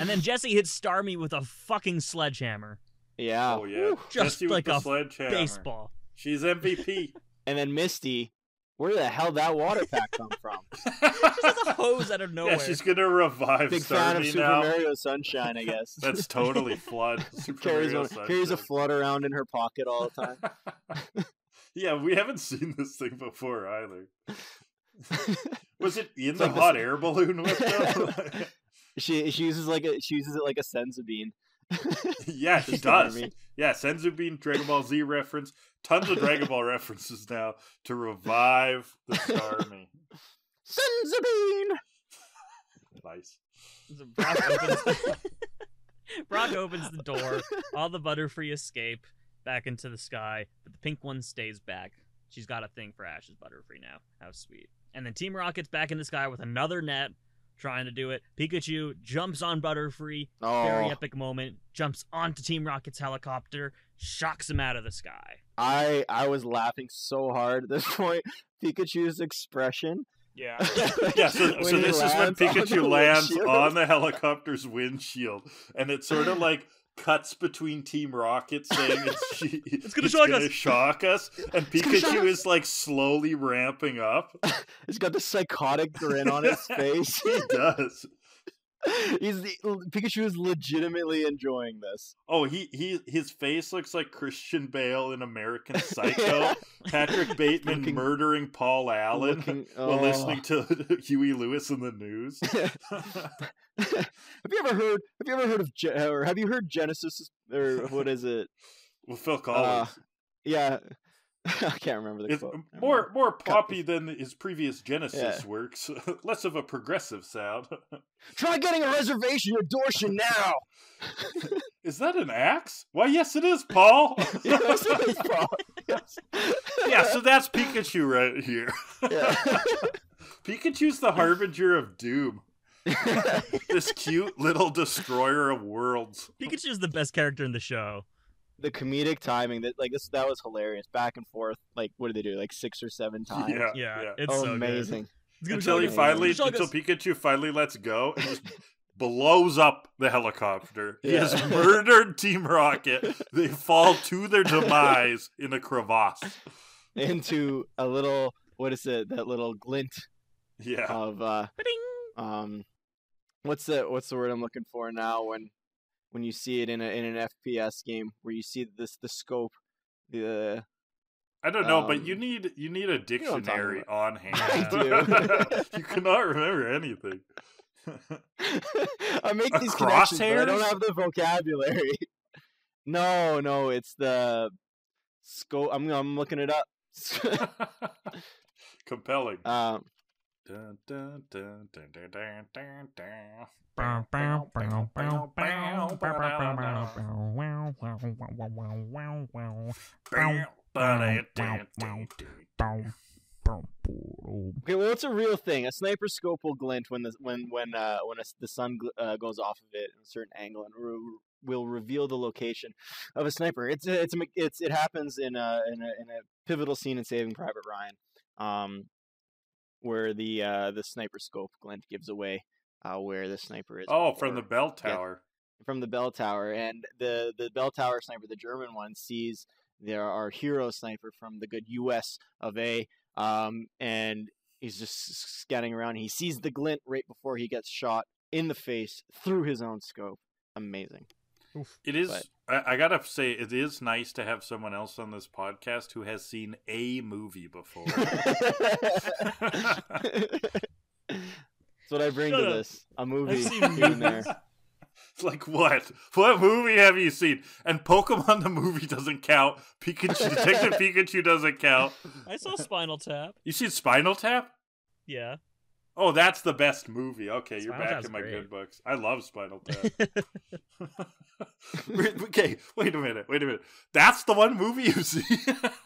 and then Jesse hits Starmie with a fucking sledgehammer,
yeah.
Oh yeah,
Whew.
Just
Jesse with
like
the
a
sledgehammer.
baseball.
She's MVP. [laughs]
And then Misty, where the hell did that water pack come from?
[laughs] Just has a hose out of
[laughs]
nowhere.
Yeah, she's gonna revive
Big fan of
Starmie
Super
now.
Mario Sunshine, I guess.
[laughs] That's
[laughs]
totally flood. Super
carries
Mario
one, carries a
Sunshine.
flood around in her pocket all the time.
yeah, we haven't seen this thing before either. [laughs] Was it in
It's
the
like
hot
this-
air balloon with [laughs]
[laughs]
them?
she she uses like a she uses it like a sensibine.
yeah,
[laughs]
she
She's gonna
does.
be-
Yeah, Senzu Bean, Dragon Ball Z reference, tons of Dragon Ball [laughs] references now to revive the
[laughs]
Starmie.
Sensibine.
nice.
So Brock opens the, [laughs] Brock opens the door. All the Butterfree escape back into the sky, but the pink one stays back. She's got a thing for Ash's Butterfree now. How sweet. And then Team Rocket's back in the sky with another net. trying to do it. Pikachu jumps on Butterfree, very
Oh,
epic moment, jumps onto Team Rocket's helicopter, shocks him out of the sky.
I I was laughing so hard at this [laughs] point. Pikachu's expression.
Yeah.
[laughs]
[laughs]
Yeah, so,
When
so
he
this is when
lands on the
Pikachu lands
windshield.
on
[laughs]
the helicopter's windshield, and it sort of like cuts between Team Rocket saying
[laughs]
it's, she, it's
gonna shock
gonna
us."
shock us, and
It's gonna shock
Pikachu
us.
is like slowly ramping
[laughs]
up.
It's got this psychotic grin on
[laughs]
his face.
He does.
[laughs] He's the, Pikachu is legitimately
[laughs]
enjoying this.
Oh, he he his face looks like Christian Bale in American
[laughs]
Psycho, Patrick Bateman
Looking-
murdering Paul Allen
Looking-
[laughs] while
oh.
listening to [laughs] Huey Lewis in the news.
[laughs]
[laughs]
have you ever heard? Have you ever heard of? Ge- Or have you heard Genesis? Or what is
[laughs]
it? Uh,
well, Phil
Ah,
Collins.
Yeah, [laughs] I can't remember the
It's
quote.
m-
Never
more
mind.
more
Cut.
poppy than his previous Genesis works, [laughs] less of a progressive sound. [laughs]
Try getting a reservation at Dorshin [laughs] now.
Is that an axe? Why, yes, it is,
[laughs]
Paul.
yes, it is, Paul. Yes.
yeah, so that's Pikachu right here. [laughs] Pikachu's the harbinger of doom.
[laughs] Yeah.
[laughs]
[laughs]
This cute little destroyer of worlds.
[laughs] Pikachu's the best character in the show.
the comedic timing that like this that was hilarious. Back and forth. Like what did they do? Like six or seven times.
Yeah,
Yeah,
yeah.
it's so good.
amazing.
It's gonna
Until
shock
he
us. It's
finally,
gonna shock
until
us.
Pikachu finally lets go and just blows up the helicopter. He has
Yeah.
murdered Team Rocket. They fall to their demise in a crevasse.
Into a little what is it? That little glint
Yeah.
of uh
Ba-ding.
um what's the what's the word I'm looking for now when when you see it in a in an FPS game where you see this the scope the [laughs]
I don't know, but you
Um,
need you need a
know what I'm talking
dictionary on hand.
I
do.
you cannot remember anything.
I make
A
these connections but I don't
crosshairs?
have the vocabulary. [laughs] no, no, it's the scope I'm I'm looking it up. [laughs]
Compelling.
um
Dun, dun, dun, dun, dun, dun, dun, dun. Bam, ba-da, dun, dun, dun.
okay, well it's a real thing. A sniper scope will glint when the when when uh when a s the sun gl- uh, goes off of it in a certain angle and re- will reveal the location of a sniper. It's a, it's a, me- it's it happens in a, in a in a pivotal scene in Saving Private Ryan. Um where the uh the sniper scope glint gives away uh where the sniper is.
Oh, from
before-
the bell
yeah.
tower.
from the bell tower and the the bell tower sniper the german one sees there our hero sniper from the good us of a um and he's just s- s- scanning around he sees the glint right before he gets shot in the face through his own scope amazing [laughs]
It is.
But-
I, I gotta say, it is nice to have someone else on this podcast who has seen a movie
[laughs]
before.
that's what i bring
Shut
to
up.
this a movie
seen
here and there
It's [laughs] like what? What movie have you seen? And Pokemon the movie doesn't count. Pikachu Detective
[laughs]
Pikachu doesn't count.
I saw Spinal Tap.
You seen Spinal Tap?
Yeah. [laughs]
Oh, that's the best movie. Okay, you're
Spinal
back
Tap's
in my
great.
good books. I love
[laughs]
Spinal Tap. [laughs] Wait- okay, wait a minute, wait a minute. That's the one movie you see.
[laughs]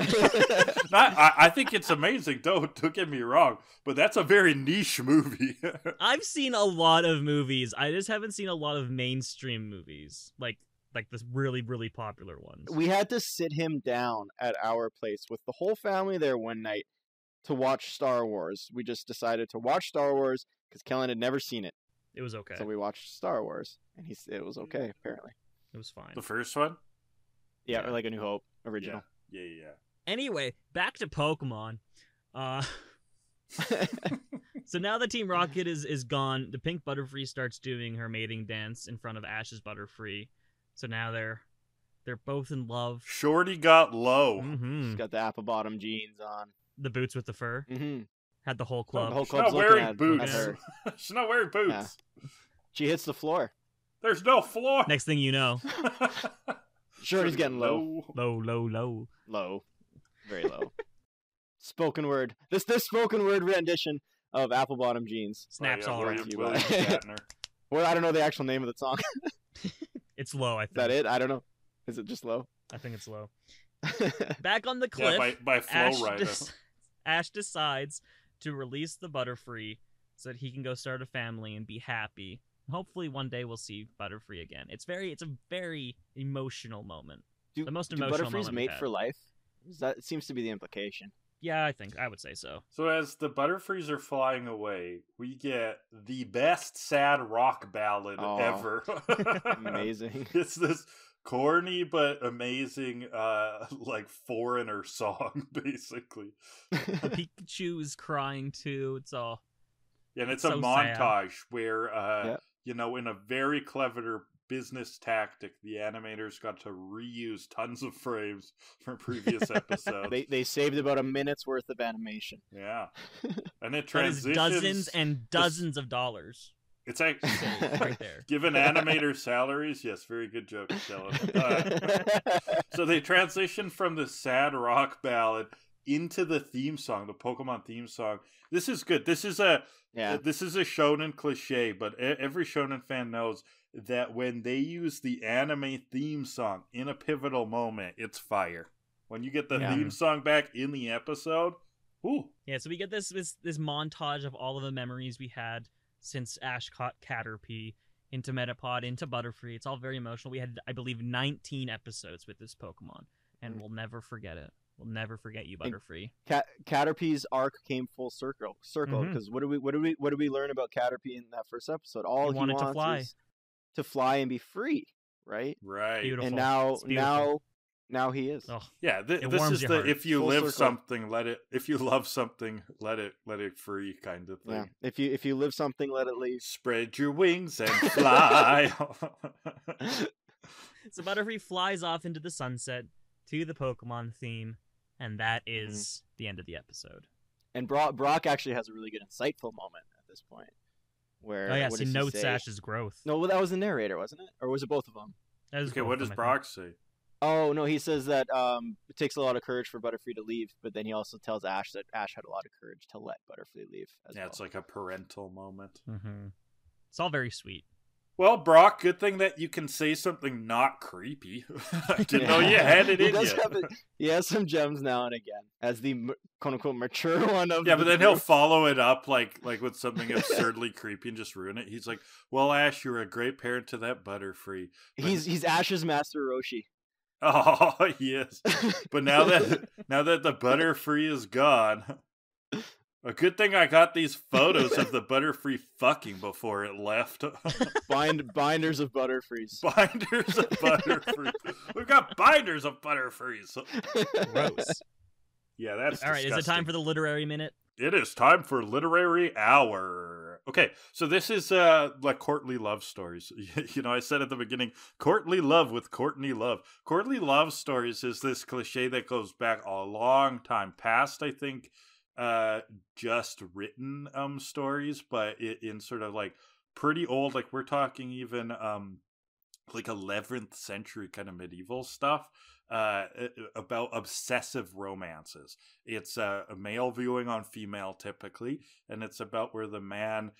[laughs]
Not, I, I think it's amazing. Don't [laughs] don't get me wrong, but that's a very niche movie. [laughs]
I've seen a lot of movies. I just haven't seen a lot of mainstream movies, like like the really really popular ones.
we had to sit him down at our place with the whole family there one night to watch Star Wars. We just decided to watch Star Wars because Kellen had never seen it,
It was okay.
so we watched Star Wars, and he s- it was okay apparently.
It was fine.
the first one.
Yeah,
Yeah.
or like a New Hope original.
Yeah, yeah, yeah.
Anyway, back to Pokemon. Uh [laughs] So now that Team Rocket is is gone, the pink Butterfree starts doing her mating dance in front of Ash's Butterfree. So now they're they're both in love.
Shorty got low.
[laughs] He's
hmm
got the apple bottom jeans on.
The boots with the fur
Mm-hmm.
had the whole
The
club.
whole
She's
club's
not
looking
wearing
at- at
boots.
her.
[laughs] She's not wearing boots.
Yeah. She hits the floor.
There's no floor. [laughs]
Next thing you know,
Sure, he's getting low,
low, low, low.
low, very low. [laughs] spoken word. This this spoken word rendition of apple bottom jeans.
Snaps
oh, yeah,
all
William,
around.
you
William
are.
Shatner.
[laughs]
Well, I don't know the actual name of the song. [laughs]
It's low, I think.
Is that it? I don't know. Is it just low? [laughs]
I think it's low. Back on the
Yeah,
cliff,
by, by Flow
Ash,
Rider.
dec- Ash decides to release the Butterfree so that he can go start a family and be happy. Hopefully, one day we'll see Butterfree again. It's very, it's a very emotional moment.
Do,
The most
do
emotional
Butterfree's
moment
mate
I've
for
had.
life? Is That seems to be
[laughs]
the implication.
Yeah, I think I would say so.
So as the butterfrees are flying away, we get the best sad rock ballad
Aw.
ever.
[laughs]
[laughs]
Amazing.
[laughs]
It's this corny but amazing uh [laughs] like foreigner song [laughs] basically.
Pikachu is crying too. It's all
And it's,
It's
a
so sad.
montage where uh
Yeah.
you know in a very clever business tactic the animators got to reuse tons of frames from
[laughs]
previous episodes.
they they saved about a minute's worth of
[laughs]
animation.
yeah.
[laughs]
And it
that is
transitions
dozens and dozens of dollars
it's actually
saved [laughs] right there.
[laughs] Given animator salaries, yes, very good joke,
[laughs]
Dylan. Uh, so they transition from the sad rock ballad into the theme song, the Pokemon theme song. This is good. This is a
yeah.
this is a shonen cliche, but e- every shonen fan knows that when they use the anime theme song in a pivotal moment, it's fire. When you get the
Yeah.
theme song back in the episode, ooh,
Yeah, so we get this this this montage of all of the memories we had since Ash caught Caterpie into Metapod into Butterfree. It's all very emotional. We had I believe 19 episodes with this Pokemon,
Mm.
and we'll never forget it. We'll never forget you,
And-
Butterfree.
Cat- Caterpie's arc came full circle. Circle
Mhm.
because what do we what do we what do we learn about Caterpie in that first episode? All he,
wanted to
wants
fly.
is to fly and be free, right?
right.
Beautiful.
And now
It's beautiful.
now now he is.
Oh,
Yeah, th-
It
this
warms
is
your
the
heart.
if you
Full
live
circle.
something, let it. If you love something, let it let it free kind of thing.
Yeah. If you if you live something, let it leave. [laughs]
Spread your wings and fly. [laughs]
so Butterfree flies off into the sunset to the Pokemon theme, and that
Mm-hmm.
is the end of the episode.
And Brock, Brock actually has a really good insightful moment at this point, where
Oh yes,
what
he
does
notes
say?
Ash's growth.
No, well, that was the narrator, wasn't it? Or was it both of them?
That is
okay,
both
what
of
does
them, I think.
Brock say?
Oh no, he says that um, it takes a lot of courage for Butterfree to leave, but then he also tells Ash that Ash had a lot of courage to let Butterfree leave. As
Yeah,
well.
it's like a parental moment.
Mhm. It's all very sweet.
Well, Brock, good thing that you can say something not creepy. [laughs] I didn't
[laughs]
know you had it
he
in
does
you.
Have a, he has some gems now and again as the m- quote unquote mature [laughs] one of.
Yeah,
the
but then he'll
group.
follow it up like like with something absurdly creepy and just ruin it. He's like, "Well, Ash, you're a great parent to that Butterfree." [laughs]
He's he's Ash's master Roshi. [laughs]
Oh yes, but now
[laughs]
that now that the butterfree is gone, a good thing I got these photos of the butterfree fucking before it left. [laughs]
Bind binders of Butterfrees.
binders of butterfree. We've got binders of butterfrees.
[laughs]
Gross.
Yeah, that's
[laughs] all right, is it time for the literary minute?
It is time for literary hour. Okay, so this is uh like courtly love stories. [laughs] you know, I said at the beginning, courtly love with Courtney Love. Courtly love stories is this cliche that goes back a long time past, I think, uh just written um stories, but it, in sort of like pretty old, like we're talking even um like 11th century kind of medieval stuff uh about obsessive romances it's uh, a male viewing on female typically and it's about where the man's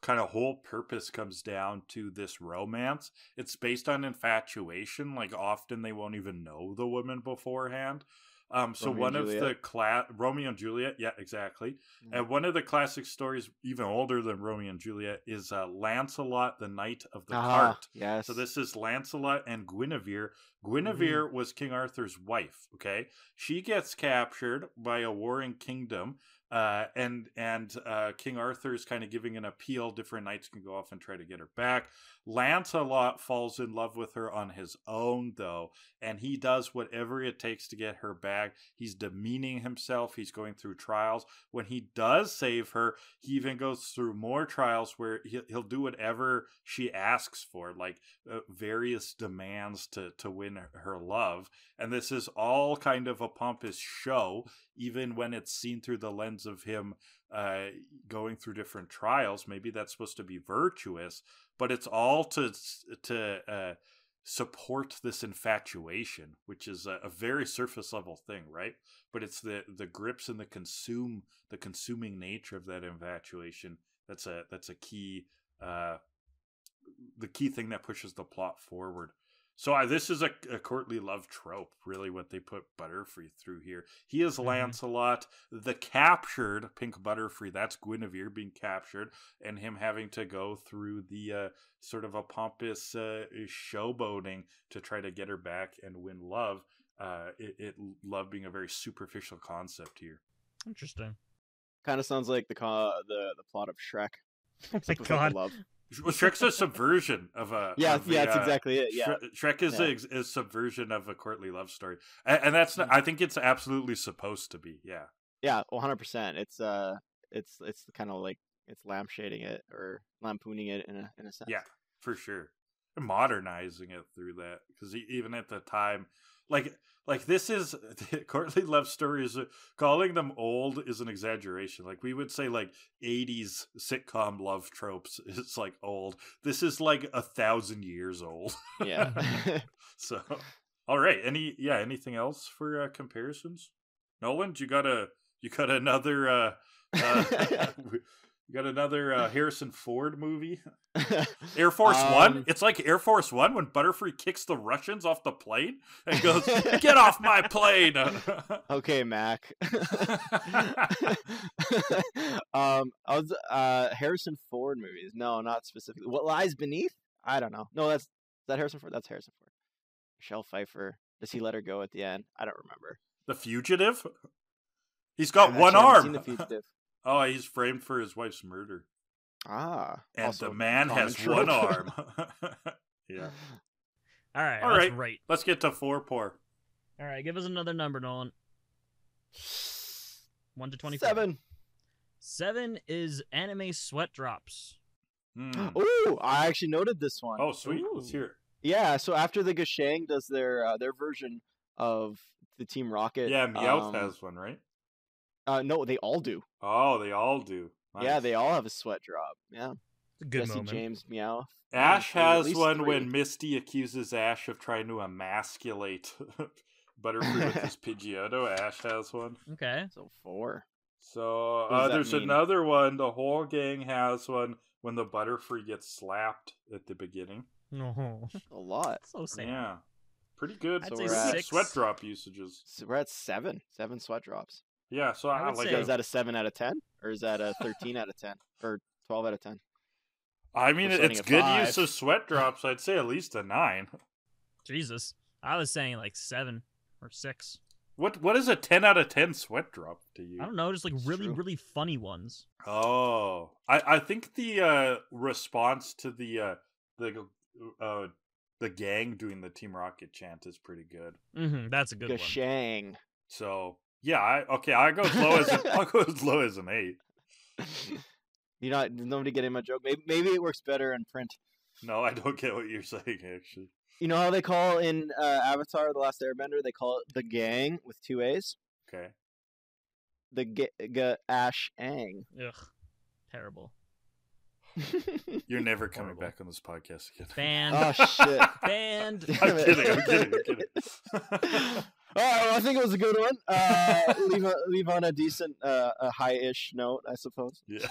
kind of whole purpose comes down to this romance it's based on infatuation like often they won't even know the woman beforehand um so
Romeo
one
and
of the
Juliet.
class romeo and juliet yeah exactly
Mm.
and one of the classic stories even older than romeo and juliet is uh lancelot the knight of the
Ah,
cart
Yes.
so this is Lancelot and Guinevere. Guinevere was King Arthur's wife. Okay, she gets captured by a warring kingdom, uh, and and uh, King Arthur is kind of giving an appeal. Different knights can go off and try to get her back. Lancelot falls in love with her on his own, though, and he does whatever it takes to get her back. He's demeaning himself. He's going through trials. When he does save her, he even goes through more trials where he'll, he'll do whatever she asks for like uh, various demands to to win her- her love and this is all kind of a pompous show even when it's seen through the lens of him uh going through different trials maybe that's supposed to be virtuous but it's all to to uh support this infatuation which is a, a very surface level thing right but it's the the grips and the consume the consuming nature of that infatuation that's a that's a key uh the key thing that pushes the plot forward So I, this is a, a courtly love trope, really, what they put Butterfree through here. He is
Mhm.
Lancelot, the captured Pink Butterfree. That's Guinevere being captured, and him having to go through the uh, sort of a pompous uh, showboating to try to get her back and win love. Uh, it, it love being a very superficial concept here.
Interesting.
Kind of sounds like the co- the the plot of Shrek.
Oh my
except without the
god.
love.
Sh- well, Shrek's a subversion of a
Yeah,
of the,
yeah, that's
uh,
exactly it. Yeah,
Shre- Shrek is
Yeah.
a, ex- a subversion of a courtly love story, and, and that's
Mm.
not, I think it's absolutely supposed to be. Yeah,
yeah, one hundred percent. It's uh, it's it's kind of like it's lampshading it or lampooning it in a in a sense.
Yeah. for sure. Modernizing it through that because even at the time, like like this is [laughs] courtly love stories. uh, Calling them old is an exaggeration. Like we would say, like '80s sitcom love tropes [laughs] is like old. This is like a thousand years old. [laughs]
yeah.
So, all right. Any yeah? Anything else for uh, comparisons? Nolan, you got a you got another uh,
[laughs]
uh [laughs] you got another uh, Harrison Ford movie, Air Force One.
Um,
It's like Air Force One when Butterfree kicks the Russians off the plane and
[laughs]
goes, "Get off my plane!" [laughs]
okay, Mac. [laughs] um, I was uh Harrison Ford movies. No, not specifically. What lies beneath? I don't know. No, that's is that Harrison Ford. That's Harrison Ford. Michelle Pfeiffer. Does he let her go at the end? I don't remember.
the fugitive. He's got
I've
one
actually haven't seen
arm.
The Fugitive.
Oh, he's framed for his wife's murder,
Ah,
and
also
the man
common
has one
trope.
arm.
[laughs]
[laughs] yeah.
All right.
All
All right.
right. Let's get to four poor.
All right. Give us another number, Nolan. One to twenty-four.
Seven.
Seven is anime sweat drops.
Hmm.
Ooh, I actually noted this one.
Oh, sweet. Let's
Ooh.
hear it.
Yeah, so after the Gashang does their uh, their version of the Team Rocket.
Yeah, Meowth
um,
has one, right?
Uh, no, they all do.
Oh, they all do.
Yeah,
Nice.
they all have a sweat drop. Yeah,
It's a good
Jesse
moment.
James Meowth.
Ash
Actually, at
has
least
one
three.
when Misty accuses Ash of trying to emasculate [laughs] Butterfree with
[laughs]
his Pidgeotto. Ash has one.
Okay.
So four.
So
does
uh,
that
there's
mean?
another one. The whole gang has one when the Butterfree gets slapped at the beginning.
No.
A lot.
[laughs] so sad.
Yeah. Pretty good.
I'd
So
say
we're at-
six.
Sweat drop usages.
So we're at seven. Seven sweat drops.
Yeah, so
I
I,
would
like
say-
a-
Is that a seven out of ten, or is that a thirteen out of ten, or twelve out of ten?
I mean,
we're starting
it's
at
good
five.
use of sweat drops. I'd say at least a nine.
Jesus. I was saying like seven or six.
What What is a ten out of ten sweat drop to you?
I don't know. Just like
It's
really,
true.
really funny ones.
Oh, I, I think the uh, response to the uh, the uh, the gang doing the Team Rocket chant is pretty good.
hmm that's a good one.
[laughs] Gashang.
So yeah, I okay, I go
[laughs]
as low as a, I'll go as low as an eight.
You're not. Nobody getting my joke. Maybe, maybe it works better in print.
No, I don't get what you're saying actually.
You know how they call in uh, Avatar: The Last Airbender? They call it the Gang with two A's.
Okay,
The g- g- Ash
[laughs]
Ang. [laughs]
Ugh. Terrible.
you're never coming
Horrible.
back on this podcast again.
Banned. [laughs]
oh shit!
Banned.
[laughs] I'm
damn it.
kidding.
[laughs]
I'm kidding. I'm kidding.
[laughs]
[laughs]
All right, well, Oh, I think it was a good one. Uh, leave, a, leave on a decent, uh, a high-ish note, I suppose.
yeah.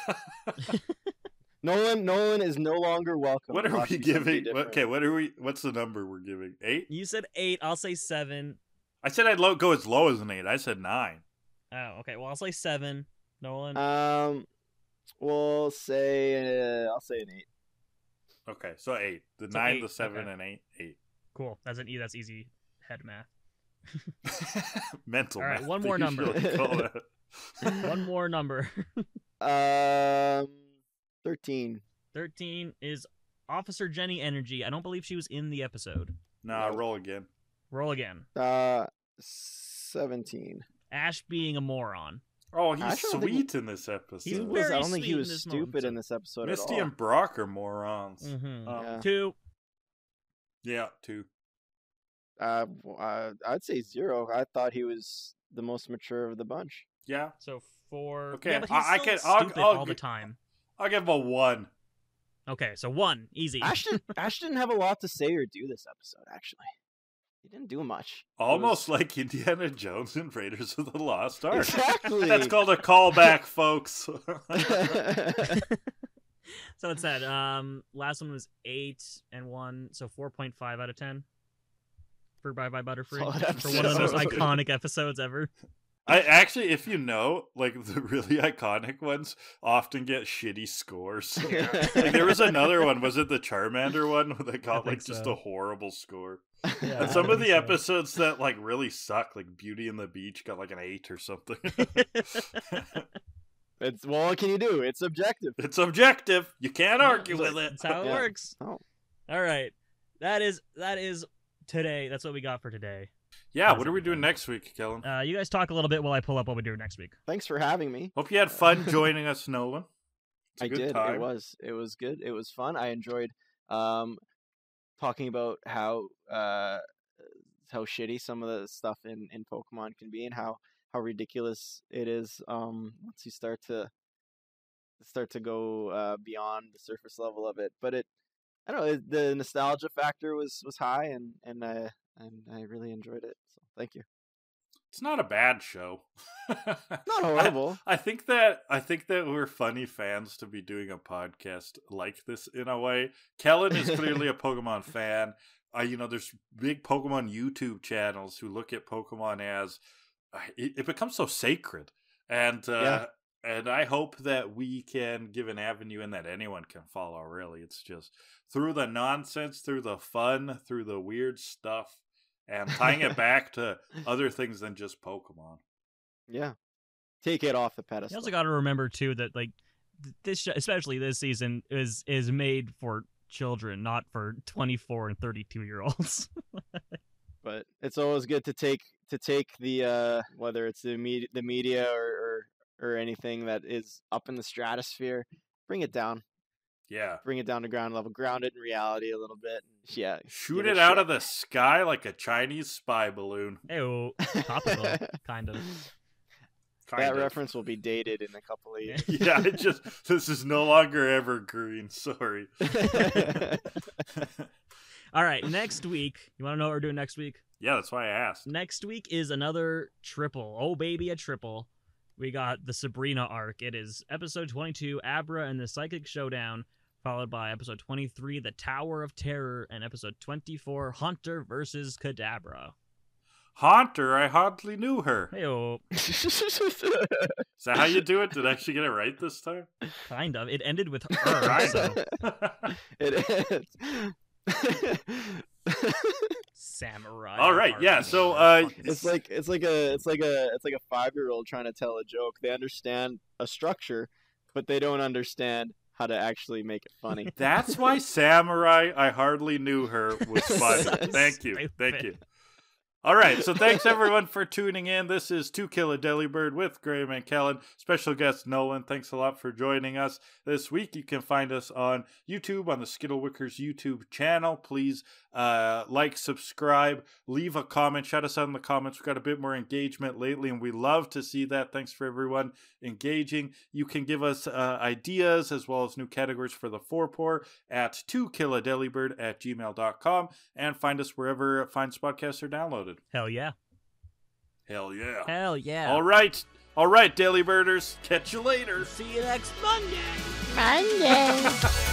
Nolan, Nolan is no longer welcome.
What
It
are
must
we
be something
giving?
different.
Okay, what are we? What's the number we're giving? Eight?
You said eight. I'll say seven.
I said I'd low, go as low as an eight. I said nine.
Oh, okay. Well, I'll say seven. Nolan.
Um, we'll say, uh, I'll say an eight.
Okay, so eight. The
So
nine,
eight,
the seven,
okay.
and eight. [laughs] Eight.
cool. That's an E. That's easy head math.
Mental.
All right,
math,
one
they
more number.
usually call it. [laughs]
One more number. [laughs]
Um, thirteen.
13 is Officer Jenny Energy. I don't believe she was in the episode.
nah,
No.
roll again.
Roll again.
Uh, seventeen.
Ash being a moron.
Oh,
I
he's
don't think-
sweet in this episode.
He's
He was-
very
I don't think
sweet
he
in
was
this moment,
stupid
so-
in this episode
Misty
at all. Mm.
and Brock are morons.
Mm-hmm.
Um,
Yeah.
Two.
yeah, two.
uh, w- uh, I'd say zero. I thought he was the most mature of the bunch.
Yeah,
So four.
Okay,
Yeah, but he's
I- I
still
can- I'll-
stupid
I'll
all the
gi-
time.
I'll give him a one.
Okay, so one easy. [laughs]
Ash didn't, Ash didn't have a lot to say or do this episode. Actually, he didn't do much. It was-
Almost like Indiana Jones and Raiders of the Lost Ark.
exactly.
[laughs] That's
[laughs]
called [laughs] a callback, folks.
so it's that. Um, last one was eight and one, so four point five out of ten. for Bye Bye Butterfree
Solid
for one of the most
episode.
iconic episodes ever.
I actually, if you know, like the really iconic ones often get shitty scores. like there
[laughs]
was another one. Was it the Charmander one [laughs] that got
think
like just
so.
a horrible score?
Yeah,
And
I
some of
think
the
so.
episodes that like really suck, like Beauty and the Beach, got like an eight or something. [laughs]
It's well, what can you do? It's subjective.
it's objective. You can't argue with it.
That's how it
Yeah.
works.
Oh.
All right, that is that is today. That's what we got for today.
Yeah. What are we doing next week, Kellen?
Uh, you guys talk a little bit while I pull up what we do next week.
Thanks for having me.
Hope you had [laughs] fun joining us, Nolan. It's a
I
good
did.
time.
It was. It was good. It was fun. I enjoyed um, talking about how uh, how shitty some of the stuff in, in Pokemon can be, and how how ridiculous it is um, once you start to start to go uh, beyond the surface level of it. But it, I don't know. it- The nostalgia factor was was high, and and I and I really enjoyed it. So thank you.
It's not a bad show. [laughs]
Not
I-
horrible.
I think that I think that we're funny fans to be doing a podcast like this in a way. Kellen is clearly a Pokemon fan. Uh, you know, there's big Pokemon YouTube channels who look at Pokemon as uh, it, it becomes so sacred, and uh, and I hope that we can give an avenue in that anyone can follow. Really, it's just through the nonsense, through the fun, through the weird stuff, and tying it back to other things than just Pokemon.
Yeah. Take it off the
You
pedestal.
also got to remember too that like th- this, sh- especially this season, is is made for children, not for twenty four and thirty two year
[laughs]
olds.
but it's always good to take to take the uh, whether it's the media, the media or, or or anything that is up in the stratosphere, bring it down,
Yeah.
bring it down to ground level, ground it in reality a little bit. and Yeah,
Shoot
Give a
it out
shit.
of the sky like a Chinese spy balloon.
hey, topical, kind
[laughs]
of.
Kind
that
of.
reference will be dated in a couple of years.
[laughs]
[laughs]
Yeah, it just this is no longer evergreen. [laughs] Sorry.
Yeah.
All right, next week. You want to know what we're doing next week?
Yeah, that's why I asked.
Next week is another triple. Oh baby, a triple. We got the Sabrina arc. It is episode 22, Abra and the Psychic Showdown, followed by episode 23, The Tower of Terror, and episode 24, Hunter versus Kadabra.
Haunter, I hardly knew her.
Hey, oh,
Is that how you do it? Did I actually get it right this
[laughs]
time? [laughs]
kind of. It ended with oh, her.
Right. [laughs]
so
it is. [laughs]
samurai.
All right,
arc.
yeah, so, uh,
Fucking
It's like it's like a it's like a it's like a five year old trying to tell a joke. They understand a structure, but they don't understand how to actually make it funny.
That's why Samurai, I hardly knew
[laughs]
her was fun.
[laughs] So
Thank you. Thank
stupid.
you. All right, so thanks everyone for tuning in. This is To Kill a Delibird with Graham and Kellen. Special guest Nolan, thanks a lot for joining us this week. You can find us on YouTube on the Skittlewickers YouTube channel. Please uh, like, subscribe, leave a comment, shout us out in the comments. We've got a bit more engagement lately, and we love to see that. Thanks for everyone engaging. You can give us uh, ideas as well as new categories for the forepour at to kill a delibird at gmail.com and find us wherever finds podcasts are downloaded.
Hell yeah.
Hell yeah.
Hell yeah.
All right. All right, Delibirders. Catch you later.
See you next Monday.
Monday.